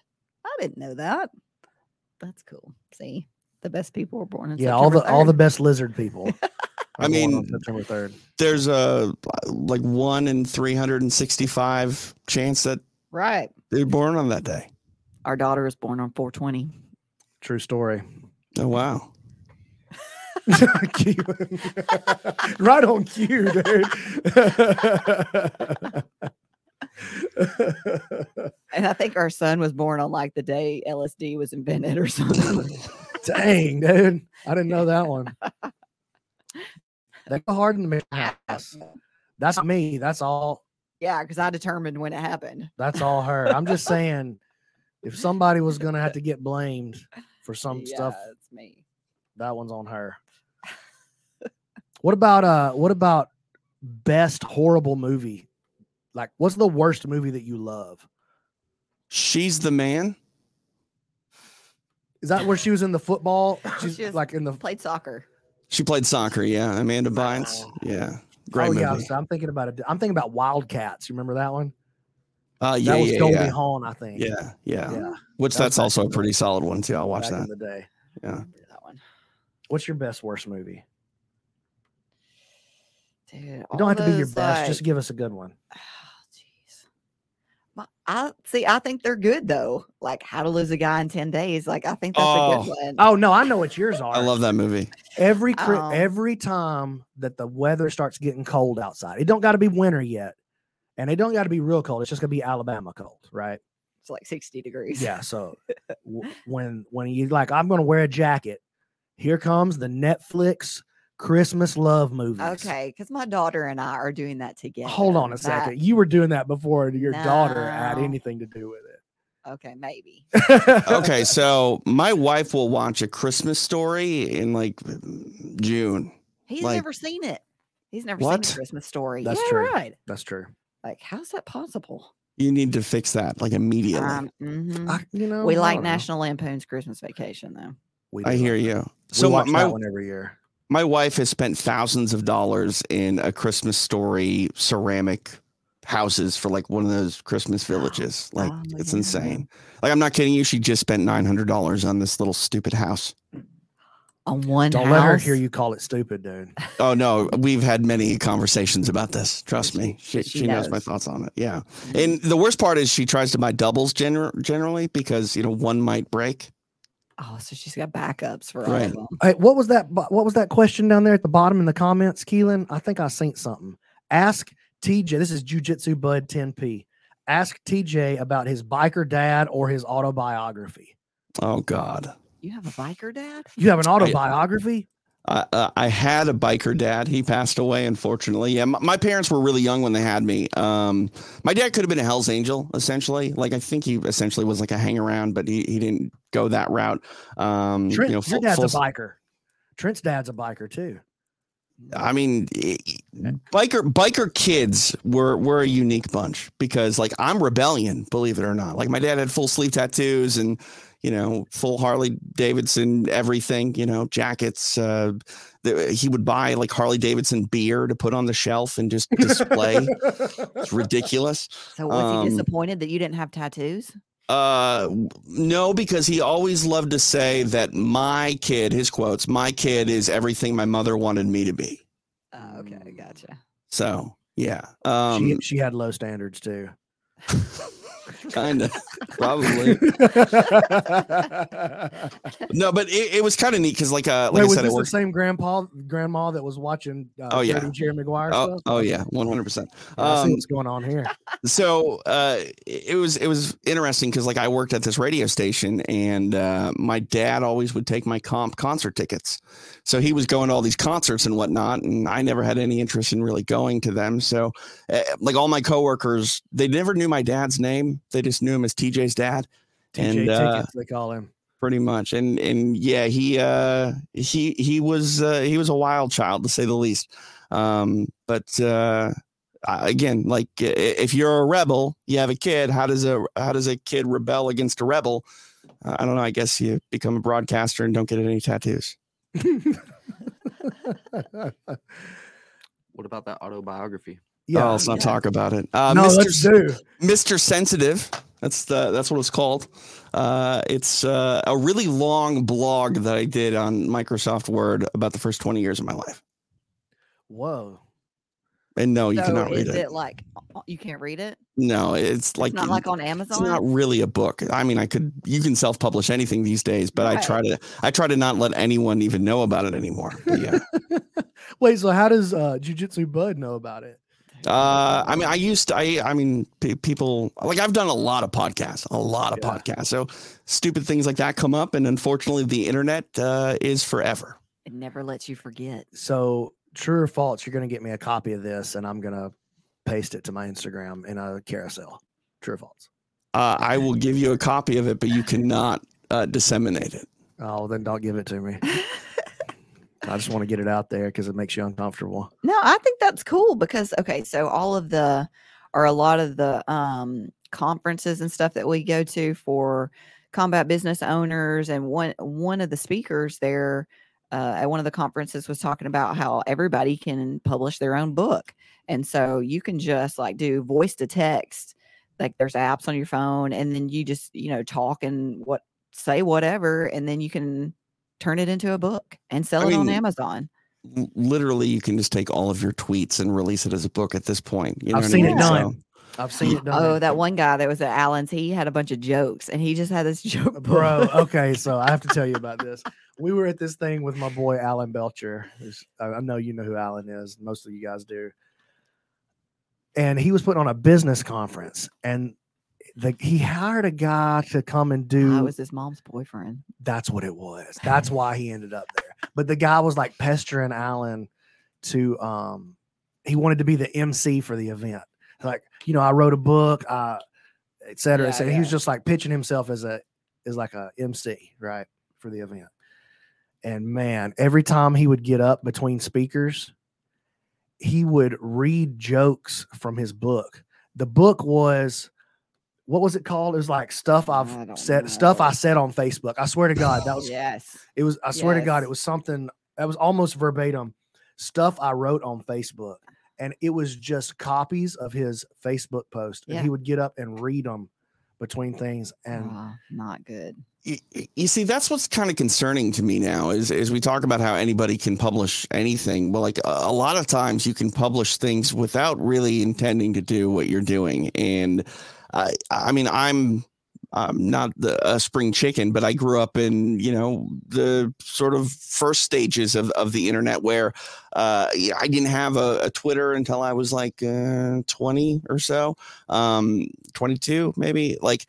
I didn't know that. That's cool. See, the best people were born in yeah, all September. the all the 3rd. best lizard people. are I born on mean, September 3rd. There's a like one in 365 chance that Right. they're born on that day. Our daughter was born on 420. True story. Oh wow. Cue. right on cue, dude. And I think our son was born on like the day LSD was invented or something. Dang, dude. I didn't know that one. They go hard in the Michigan house. That's me. That's all. yeah, because I determined when it happened. That's all her. I'm just saying, if somebody was gonna have to get blamed for some stuff, Yeah, It's me. that one's on her. What about uh? What about best horrible movie? Like, what's the worst movie that you love? She's the man. Is that where she was in the football? She's She was like in the. Played soccer. She played soccer. Yeah, Amanda Bynes. Yeah, great oh movie. yeah, so I'm thinking about it. I'm thinking about Wildcats. You remember that one? Uh, yeah, that was yeah, Goldie yeah. Hawn, I think. yeah, yeah. yeah, Which That was that's back also in a the- pretty solid one too. I'll back watch that. in the day. Yeah. I remember That one. What's your best worst movie? Dude, You all don't have to be your those, best. Just like- give us a good one. Oh, jeez. My- I see. I think they're good though. Like how to lose a guy in ten days. Like I think that's a Oh. good one. Oh no, I know what yours are. I love that movie. every cri- Oh. every time that the weather starts getting cold outside. It don't got to be winter yet, and it don't got to be real cold. It's just gonna be Alabama cold, right? It's like sixty degrees. Yeah. So w- when when you like, I'm gonna wear a jacket. Here comes the Netflix Christmas love movies. Okay, because my daughter and I are doing that together. Hold on a That- second. You were doing that before your daughter had No. anything to do with okay, maybe. it. Okay, so my wife will watch a Christmas story in like June. He's Like- never seen it. He's never What? seen a Christmas story. That's yeah, true. right. That's true. Like, how's that possible? You need to fix that like immediately. Um, mhm. I, you know, we I like don't know. National Lampoon's Christmas Vacation though. We I do hear like- you. we So my watch my, that one every year. my wife has spent thousands of dollars in a Christmas story ceramic houses for like one of those Christmas villages. Like Oh, it's yeah. insane. Like I'm not kidding you. She just spent nine hundred dollars on this little stupid house. On one Don't house. let her hear you call it stupid, dude. Oh no, we've had many conversations about this. Trust me, she, She she knows my knows. thoughts on it. Yeah, Mm-hmm. Mhm. and the worst part is she tries to buy doubles gener- generally because you know one might break. Oh, so she's got backups for all Right. of them. Hey, what was that? bo- What was that question down there at the bottom in the comments, Keelan? I think I seen something. Ask TJ. This is Jujitsu Bud 10P. Ask TJ about his biker dad or his autobiography. Oh God, You have a biker dad? You have an autobiography? I- uh, I had a biker dad. He passed away, unfortunately. Yeah, my, my parents were really young when they had me. Um, my dad could have been a Hell's Angel, essentially. Like I think he essentially was like a hang around, but he, he didn't go that route. Um, Trent, you know, your full- dad's full- a biker. Trent's dad's a biker too. I mean, i- biker biker kids were were a unique bunch because like I'm rebellion, believe it or not. Like my dad had full sleeve tattoos and you know full Harley Davidson everything. You know jackets. Uh, the, he would buy like Harley Davidson beer to put on the shelf and just display. it's ridiculous. So was Um, he disappointed that you didn't have tattoos? Uh, w- no, because he always loved to say that my kid, his quotes, my kid is everything my mother wanted me to be. Oh, okay, Mm. gotcha. So yeah. Um, she, she had low standards too. kind of probably no but it, it was kind of neat because like uh like Wait, i was said it this the worked same grandpa grandma that was watching uh, Oh, yeah. Dirty Jerry Maguire oh, stuff? oh yeah 100 percent. I see um what's going on here. so uh it was it was interesting because like i worked at this radio station and uh my dad always would take my comp concert tickets so he was going to all these concerts and whatnot and i never had any interest in really going to them so uh, like all my coworkers they never knew my dad's name they just knew him as tj's dad TJ And, uh, tickets, they call him. pretty much and and yeah he uh he he was uh, he was a wild child to say the least um but uh I- again like i- if you're a rebel you have a kid how does a how does a kid rebel against a rebel Uh, i don't know i guess you become a broadcaster and don't get any tattoos What about that autobiography? yeah yeah. Oh, let's not talk about it uh no, mr let's do. Mr. Sensitive. That's the that's what it's called. Uh, it's uh, a really long blog that I did on Microsoft Word about the first twenty years of my life. Whoa. And Oh, no, you so cannot is read it. like o- you can't read it? No, it's like It's not like on Amazon. it's not really a book. I mean, I could you can self publish anything these days, but I Right. try to I try to not let anyone even know about it anymore. But yeah, Wait, so how does uh, Jujitsu Bud know about it? uh, I mean, I used to, I I mean, pe people like I've done a lot of podcasts, a lot of Yeah. podcasts. So stupid things like that come up, and unfortunately, the internet uh, is forever. It never lets you forget. So, true or false, you're going to get me a copy of this and I'm going to paste it to my Instagram in a carousel. True or false? Uh, I will give you a copy of it, but you cannot uh, disseminate it. Oh, then don't give it to me. I just want to get it out there because it makes you uncomfortable. No, I think that's cool because okay, so all of the or a lot of the um conferences and stuff that we go to for combat business owners and one one of the speakers there uh, at one of the conferences was talking about how everybody can publish their own book and so you can just like do voice to text like there's apps on your phone and then you just you know talk and what say whatever and then you can turn it into a book and sell it on mean, amazon L- Literally, you can just take all of your tweets and release it as a book at this point. You know I've what I seen mean? it So- done. I've seen it done. Oh, that one guy that was at Allen's, he had a bunch of jokes and he just had this joke. book. Uh, bro okay so i have to tell you about this we were at this thing with my boy alan belcher who's- i I know you know who alan is most of you guys do and he was putting on a business conference and the, he hired a guy to come and do I was his mom's boyfriend. that's what it was that's why he ended up there but the guy was like pestering alan to um he wanted to be the mc for the event like you know i wrote a book uh et cetera, et Yeah, cetera. he was yeah. just like pitching himself as a as like a mc right for the event and man every time he would get up between speakers he would read jokes from his book the book was what was it called it was like stuff I i've don't said stuff i know. said on facebook i swear to god that was Yes. it was, I swear to God, Yes. it was something that was almost verbatim stuff I wrote on Facebook. And it was just copies of his Facebook post. And Yeah. he would get up and read them between things. And Ah, not good. y- y- you see that's what's kind of concerning to me now is is we talk about how anybody can publish anything well like a, a lot of times you can publish things without really intending to do what you're doing and i i mean i'm I'm not the, a spring chicken, but I grew up in you know the sort of first stages of, of the internet, where uh, yeah, I didn't have a, a Twitter until I was like uh, 20 or so, um, 22 maybe. Like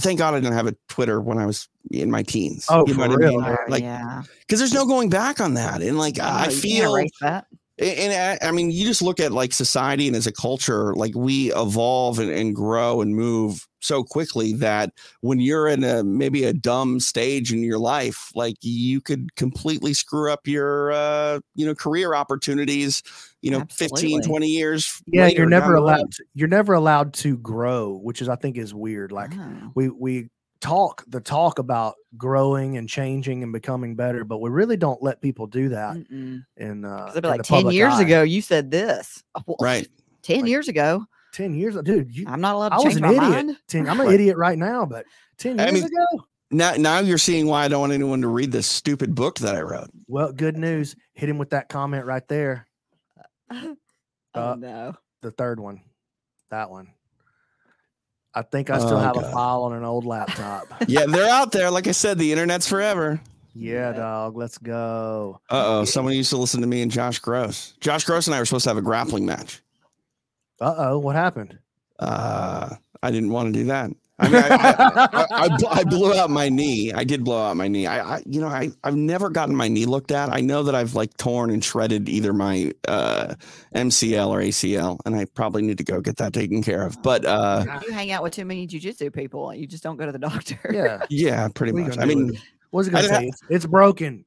thank God I didn't have a Twitter when I was in my teens. Oh, You know for what I real, mean? man. like- yeah. Because there's no going back on that. And like, I No, you can't feel erase that. and, and I, I mean you just look at like society and as a culture like we evolve and, and grow and move so quickly that when you're in a maybe a dumb stage in your life like you could completely screw up your uh you know career opportunities you know Absolutely. 15 20 years yeah, later you're down never the road. allowed. To, you're never allowed to grow, which is I think is weird. Like Oh. we we talk the talk about growing and changing and becoming better, but we really don't let people do that. Mm-mm. In uh, Mm. 'Cause they'd be in like the ten public years eye. ago, you said this. Well, right Ten Like- years ago, ten years, dude. You, I'm not allowed to I was change an my idiot. mind. Ten, I'm an Right. idiot right now, but ten I years mean- ago. now now you're seeing why I don't want anyone to read this stupid book that I wrote Well, good news. Hit him with that comment right there. oh Uh, no. The third one, that one. I think I still Oh, have a God. file on an old laptop. yeah they're out there like I said the internet's forever yeah, Yeah. dog. Let's go. uh oh someone used to listen to me and Josh Gross Josh Gross and I were supposed to have a grappling match Uh oh, what happened? uh, I didn't want to do that. I mean, I, I, I, I, bl- I blew out my knee. I did blow out my knee. I, I you know, I, I've never gotten my knee looked at. I know that I've like torn and shredded either my uh, MCL or ACL, and I probably need to go get that taken care of. But uh, You hang out with too many jujitsu people. You just don't go to the doctor. yeah. yeah, pretty What are you much. I gonna do mean, with it? what's it I gonna didn't say? It's, it's broken.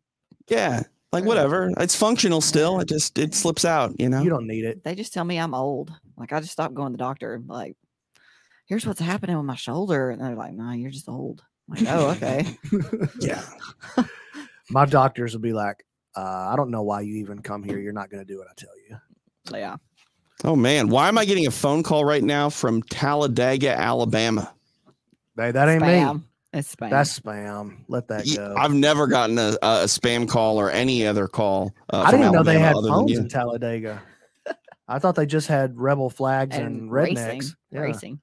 yeah, like Yeah. whatever. It's functional still. It just it slips out. You know. You don't need it. They just tell me I'm old. Like I just stopped going to the doctor. Like, here's what's happening with my shoulder, and they're like, "No, you're just old." I'm like, oh, okay. yeah. My doctors will be like, uh, I don't know why you even come here. You're not gonna do what I tell you. yeah. Oh man, why am I getting a phone call right now from Talladega, Alabama? Hey, that ain't spam. me. It's spam. That's spam. Let that Ye- go. I've never gotten a, a spam call or any other call. Uh, I from didn't know they Alabama had other than phones you. in Talladega. I thought they just had rebel flags and, and racing. rednecks. Yeah. Racing.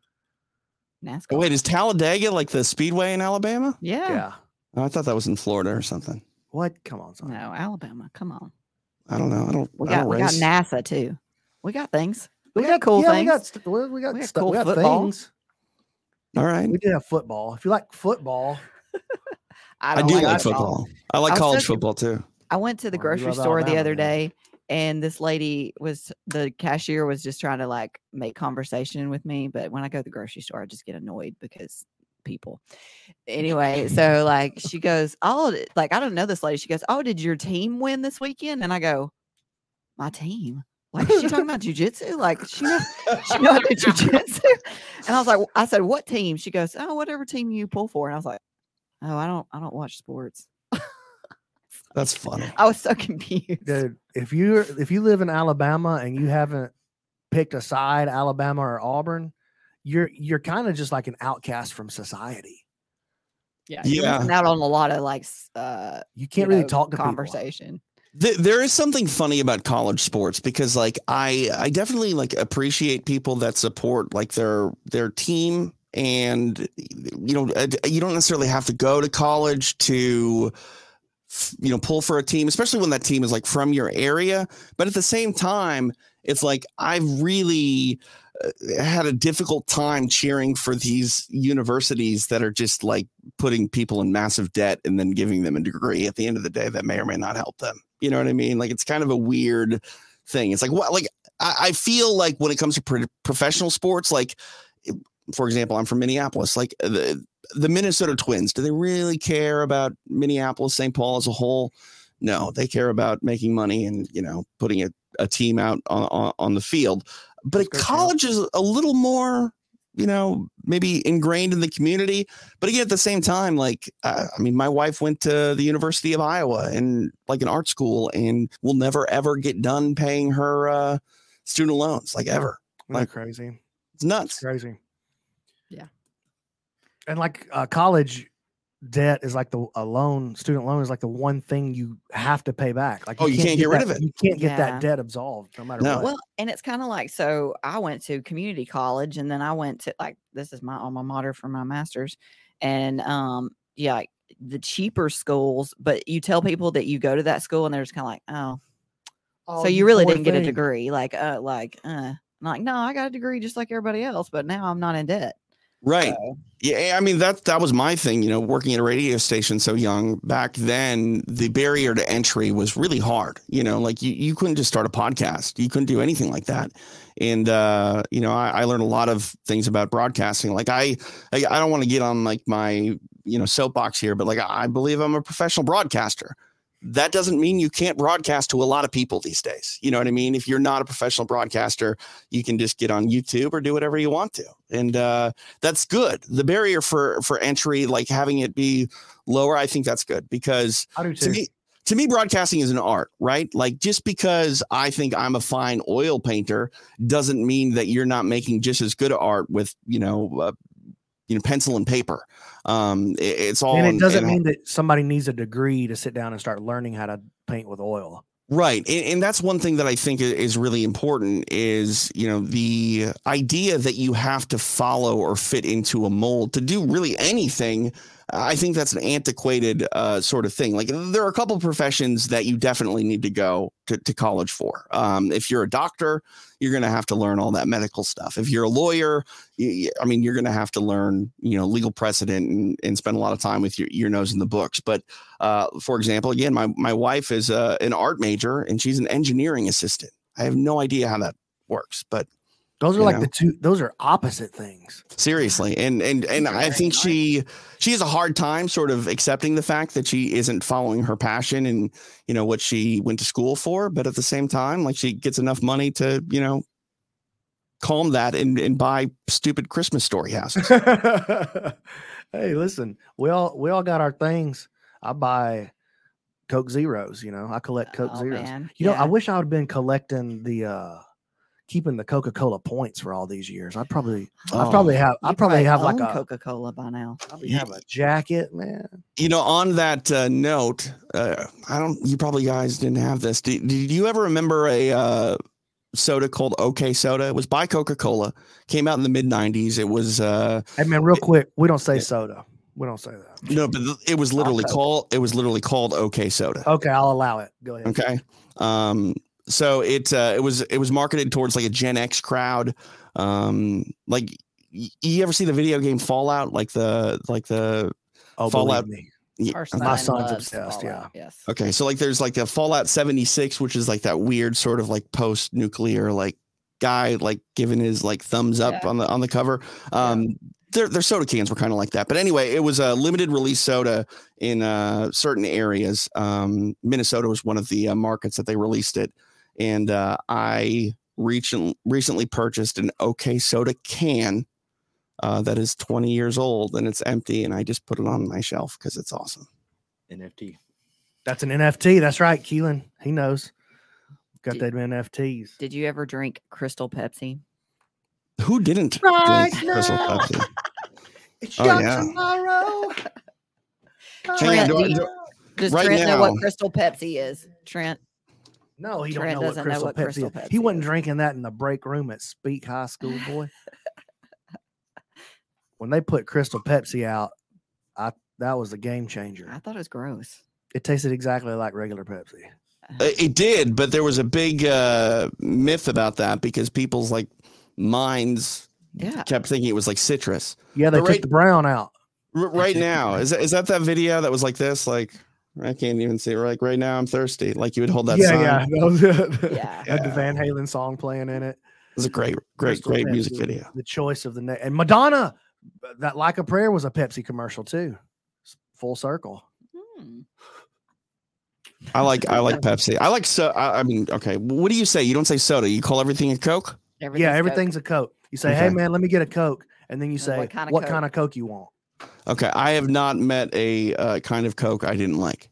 NASCAR. Oh, Wait, is Talladega like the speedway in Alabama? yeah. yeah. Oh, I thought that was in Florida or something. What? Come on, son. No, Alabama. Come on. I don't know. I don't. We I got don't we got race. NASA too. We got things. We, got, cool yeah, things. We got, st- well, we got, We got stuff. cool we got football. things. All right. We do have football. If you like football, I, I don't do like, it at all. football. I like I was college just- football too. I went to the Well, you grocery love store the Alabama, other man. day and this lady was the cashier was just trying to like make conversation with me. But when I go to the grocery store, I just get annoyed because people. Anyway, so like she goes, Oh, d- like I don't know this lady. She goes, Oh, did your team win this weekend? And I go, My team. Like is she talking about jujitsu? Like she knows she know I do jujitsu. And I was like, "Wh- I said, what team? She goes, Oh, whatever team you pull for. And I was like, Oh, I don't I don't watch sports. That's funny. I was so confused. dude, if you're if you live in Alabama and you haven't picked a side, Alabama or Auburn, you're you're kind of just like an outcast from society. Yeah, Yeah. you're missing out on a lot of like s- uh You you can't really know, talk to people. conversation. Th- there is something funny about college sports because like I I definitely like appreciate people that support like their their team and you know uh, you don't necessarily have to go to college to f- you know pull for a team especially when that team is like from your area but at the same time it's like I've really uh, had a difficult time cheering for these universities that are just like putting people in massive debt and then giving them a degree at the end of the day that may or may not help them. You know what I mean? Like it's kind of a weird thing. It's like what like I, I feel like when it comes to pro- professional sports, like for example, I'm from Minneapolis. Like uh, the the Minnesota Twins, do they really care about Minneapolis, St. Paul as a whole? No, they care about making money and you know putting a, a team out on, on on the field. But Let's go, Cam. college is a little more, you know, maybe ingrained in the community. But again, at the same time, like uh, I mean, my wife went to the University of Iowa and like an art school, and will never ever get done paying her uh, student loans, like ever. Isn't that Like- crazy. It's nuts. crazy. Yeah. And like uh, college debt is like the a loan, student loan is like the one thing you have to pay back. Like Oh, you can't get rid that- of it. You can't get Yeah. that debt absolved no matter No. what. Well, and it's kind of like so I went to community college and then I went to like this is my alma mater for my masters and um yeah like, the cheaper schools but you tell people that you go to that school and they're just kind of like oh Oh, so you really poor didn't get a thing. degree like uh like uh I'm like no I got a degree just like everybody else but now I'm not in debt Right. Yeah, I mean that that was my thing, you know, working at a radio station so young. Back then, the barrier to entry was really hard. You know, like you, you couldn't just start a podcast. You couldn't do anything like that. And uh, you know, I, I learned a lot of things about broadcasting. Like I I, I don't want to get on like my, you know, soapbox here, but like I believe I'm a professional broadcaster. That doesn't mean you can't broadcast to a lot of people these days. You know what I mean? If you're not a professional broadcaster, you can just get on YouTube or do whatever you want to. And uh that's good. The barrier for for entry, like having it be lower, I think that's good because I do to too. me to me broadcasting is an art, right? Like just because I think I'm a fine oil painter doesn't mean that you're not making just as good art with you know uh, you know pencil and paper. Um, it- it's all and in- it doesn't in- mean that somebody needs a degree to sit down and start learning how to paint with oil. Right. And, and that's one thing that I think i- is really important is, you know, the idea that you have to follow or fit into a mold to do really anything. I think that's an antiquated uh, sort of thing. Like there are a couple professions that you definitely need to go to, to college for. Um, if you're a doctor, you're going to have to learn all that medical stuff. If you're a lawyer, y- y- I mean, you're going to have to learn, you know, legal precedent and, and spend a lot of time with your, your nose in the books. But uh, for example, again, my my wife is uh, an art major and she's an engineering assistant. I have no idea how that works, but Those are You like know. the two. Those are opposite things. seriously, and and and I think she she has a hard time sort of accepting the fact that she isn't following her passion and you know what she went to school for. But at the same time, like she gets enough money to you know calm that and and buy stupid Christmas story houses. hey, listen, we all we all got our things. I buy Coke Zeros. You know, I collect Coke Oh, Zeros. man, You know, I yeah. wish I would have been collecting the uh keeping the Coca Cola points for all these years. I'd probably I Oh. probably have I You probably have like own a Coca-Cola by now. probably have a jacket, man. you know on that uh, note uh, i don't you probably guys didn't have this did, did you ever remember a uh, soda called okay soda it was by coca-cola came out in the mid 90s it was uh Hey man, real quick, we don't say Yeah. soda. We don't say that. no but th- it was literally called it was literally called okay soda Okay, I'll allow it. Go ahead. Okay. Um, so it uh, it was it was marketed towards like a Gen X crowd. Um, like y- you ever see the video game Fallout? Like the like the Oh, Fallout- Fallout. Me. y- uh, Our My son son's loves obsessed, yeah. Fallout, Yes. Okay, so like there's like a Fallout 76, which is like that weird sort of like post nuclear like guy like giving his like thumbs up Yeah. on the on the cover. Um their their soda cans were kind of like that. But anyway, it was a limited release soda in uh certain areas. Um Minnesota was one of the uh, markets that they released it and uh I recent, recently purchased an OK soda can uh, that is 20 years old and it's empty and I just put it on my shelf because it's awesome. NFT. That's an NFT. That's right, Keelan. He knows. Got Did- them NFTs. Did you ever drink Crystal Pepsi? Who didn't drink Right Crystal now. Pepsi? It's Oh, your yeah. tomorrow. Hang on, Trent, do I- do you- do- Does Right Trent know now- what Crystal Pepsi is? Trent, no, he don't Trent know what doesn't Crystal know what Pepsi Crystal is. Pepsi He wasn't is. drinking that in the break room at Speak High School, boy. when they put Crystal Pepsi out, I that was a game I changer. thought it was gross. It tasted exactly like regular Pepsi. Uh, It did, but there was a big uh, myth about that because people's like minds Yeah. kept thinking it was like citrus. Yeah, they But took right- the brown out. R- right now, is that, is that that video that was like this? Like I can't even see. it. Like right now, I'm thirsty. Like you would hold that. yeah, sign. yeah, that was it. Yeah. Had the Van Halen song playing in it. It was a great, great, Crystal great Pepsi music was video. The choice of the next and Madonna, uh, that like a prayer was a Pepsi commercial too. S- Full circle. Hmm. I like, I like Pepsi. I like so. I, I mean, okay. What do you say? You don't say soda. You call everything a Coke. yeah, Coke. everything's a Coke. You say, "Hey Okay. man, let me get a Coke," and then you And what say, "What, kind kind of, of Coke? you want?" Okay, I have not met a uh, kind of Coke I didn't like.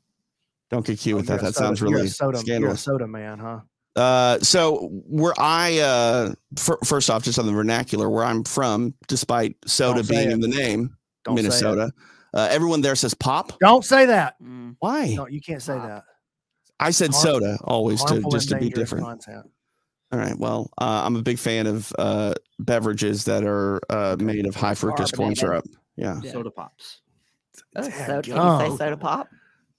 Don't get cute Oh, with you're that. a That soda- sounds you're really a soda, You're a scandalous. soda man, huh? Uh, so where I uh fir- first off, just on the vernacular, where I'm from, despite soda Don't say being it. in the name, Don't say it. Minnesota, uh, everyone there says pop. Don't say that. Mm. Why? No, you can't say Pop. that. I said Har- soda always to Harmful just and to be dangerous different. Content. All right. Well, uh, I'm a big fan of uh beverages that are uh made of high fructose corn Carbonated. syrup. Yeah. Yeah. Soda pops. Oh, Damn, soda, did you God. say soda pop?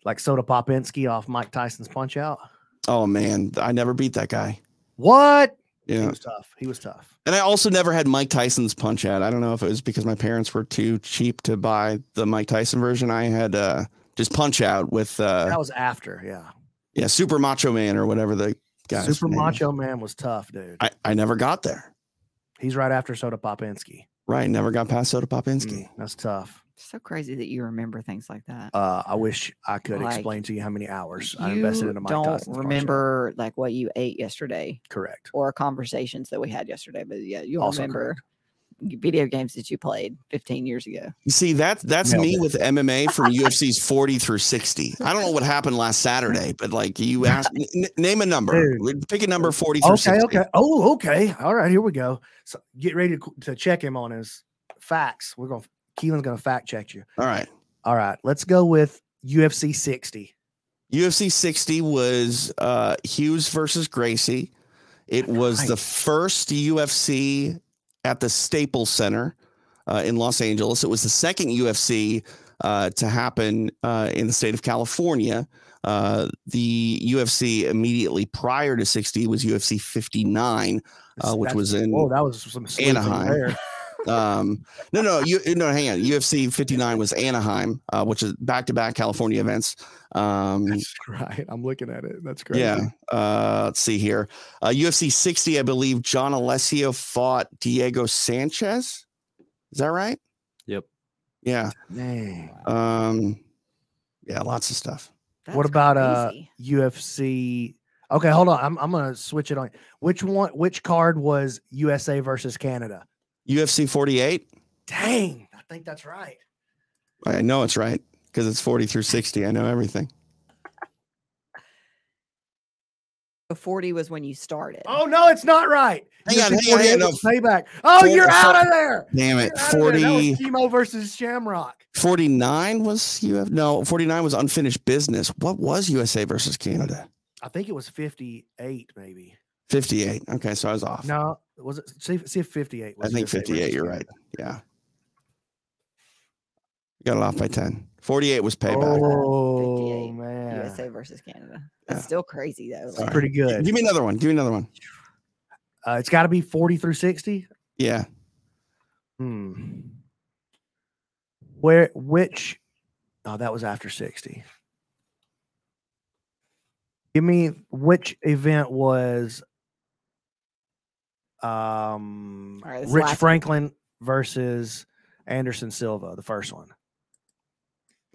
Like soda popinski off Mike Tyson's Punch Out. Oh man, I never beat that guy. What? He Yeah. was tough. He was tough. And I also never had Mike Tyson's Punch Out. I don't know if it was because my parents were too cheap to buy the Mike Tyson version. I had uh, just Punch Out with uh, That was after, yeah. yeah, Super Macho Man or whatever the guy. Super Macho Man was tough, dude. I, I never got there. He's right after Soda Popinski. Right, never got past Soda Popinski. Mm, that's tough. So crazy that you remember things like that. Uh, I wish I could Like, explain to you how many hours I you invested into my don't remember like what you ate yesterday Correct. or conversations that we had yesterday, but yeah, you Also remember y- video games that you played 15 years ago. You see, that that's Nailed me it. with MMA from UFC's 40 through 60. I don't know what happened last Saturday, but like you asked, n- name a number. Pick a number 40 through Okay, 60. okay. Oh, okay. All right, here we go. So get ready to, to check him on his facts. We're going to, Keelan's going to fact check you. All right. All right, let's go with UFC 60. UFC 60 was uh, Hughes versus Gracie. It was the Right. first UFC at the Staples Center uh, in Los Angeles. It was the second UFC uh, to happen uh, in the state of California. Uh, the UFC immediately prior to 60 was UFC 59. Uh, which That's- was in oh, that was some sleeping Anaheim. there. Um, no, no, you no, hang on. UFC 59 was Anaheim, uh, which is back to back California events. Um, That's right. I'm looking at it. That's great. Yeah. Uh, let's see here. Uh, UFC 60, I believe John Alessio fought Diego Sanchez. Is that right? Yep. Yeah. Dang. Um, yeah, lots of stuff. What That's about, uh, crazy. UFC. Okay, hold on. I'm, I'm gonna switch it on. Which one? Which card was USA versus Canada? UFC 48. Dang, I think that's right. I know it's right because it's 40 through 60. I know everything. The 40 was when you started. Oh no, it's not right. Hang on, UFC hang on, hang 48 on, was payback. Oh, Four- you're four- out of there. Damn You're it. out of there. That was 40, Chemo versus Shamrock. 49 was you have no 49 was unfinished business. What was USA versus Canada? I think it was 58, maybe. 58. Okay, so I was off. No, was it? See, if- see if 58. I Was think USA 58. versus You're right. Canada. Yeah. Got it off by 10. 48 was payback. Oh 58, man, USA versus Canada. Yeah. That's still crazy though. it's Sorry. like, Oh, pretty G- good. Give me another one. Give me another one. Uh, it's got to be 40 through 60. Yeah. Hmm. Where which oh that was after 60. Give me which event was um All right, this Rich last- Franklin versus Anderson Silva, the first one.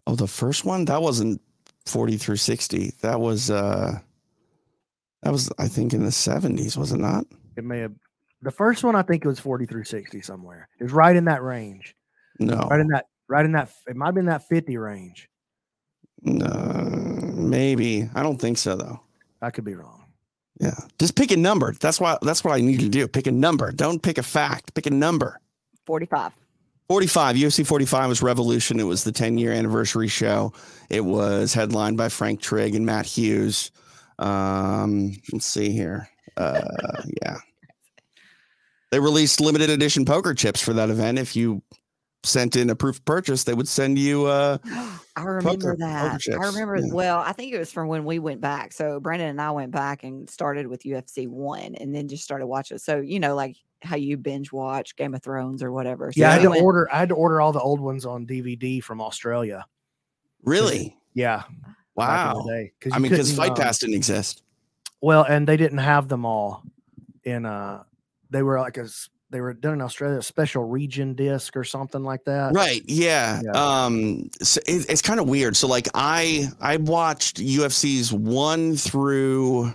Oh, the first one? That wasn't 40 through 60. That was uh that was I think in the 70s, was it not? It may have the first one I think it was 40 through 60 somewhere. It was right in that range. No. Right in that right in that it might have been that 50 range. No. Maybe. I don't think so though. I could be wrong. Yeah. Just pick a number. That's why that's what I need you to do. Pick a number. Don't pick a fact. Pick a number. 45. 45 UFC 45 was Revolution. It was the 10 year anniversary show. It was headlined by Frank Trigg and Matt Hughes. Um, let's see here. Uh, yeah, they released limited edition poker chips for that event. If you sent in a proof of purchase, they would send you. Uh, I remember poker that. I chips, remember. yeah. Well, I think it was from when we went back. So Brandon and I went back and started with UFC one, and then just started watching. So you know, like how you binge watch Game of Thrones or whatever. So Yeah, I had we to went- order I had to order all the old ones on DVD from Australia. really? Yeah. Wow. Because I mean, because Fight Pass didn't exist. um, Well, and they didn't have them all in uh they were like a s- they were done in Australia, a special region disc or something like that. right yeah, Yeah. um so it, it's kind of weird so like i i watched ufc's 1 through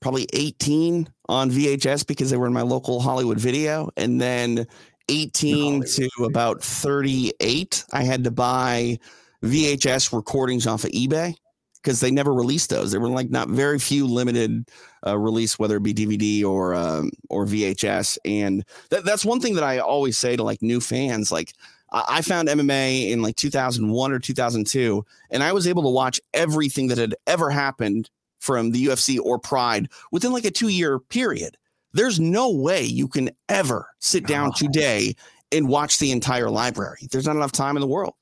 probably 18 on vhs because they were in my local hollywood video and then 18 to about 38 i had to buy vhs recordings off of ebay because they never released those there were like not very few limited uh, release whether it be dvd or um, or vhs and that, that's one thing that i always say to like new fans like I I found MMA in like 2001 or 2002, and I was able to watch everything that had ever happened from the UFC or Pride within like a two year period. There's no way you can ever sit down No. today and watch the entire library. There's not enough time in the world.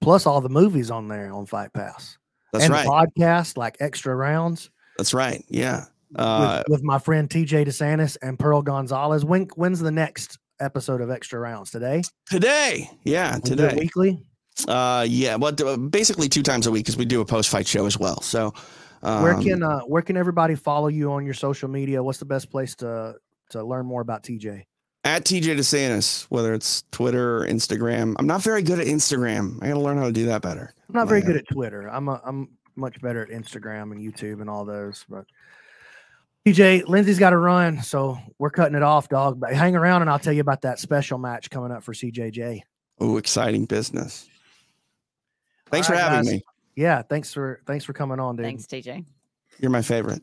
Plus all the movies on there on Fight Pass. That's and right. the podcast, like extra rounds. That's right. Yeah. Uh, with, with my friend TJ DeSantis and Pearl Gonzalez. When when's the next episode of Extra Rounds today? today, yeah, We do it today. weekly. Uh, yeah, well, d- basically two times a week because we do a post fight show as well. So, um, where can uh, where can everybody follow you on your social media? What's the best place to to learn more about TJ? at TJ DeSantis, whether it's Twitter or Instagram. I'm not very good at Instagram. I got to learn how to do that better. I'm not very Yeah. good at Twitter. I'm a, I'm much better at Instagram and YouTube and all those. But TJ, Lindsay's got to run, so we're cutting it off, dog. But hang around and I'll tell you about that special match coming up for CJJ. Oh, exciting business. Thanks All for right, having guys. me. Yeah, thanks for thanks for coming on, dude. Thanks, TJ. You're my favorite.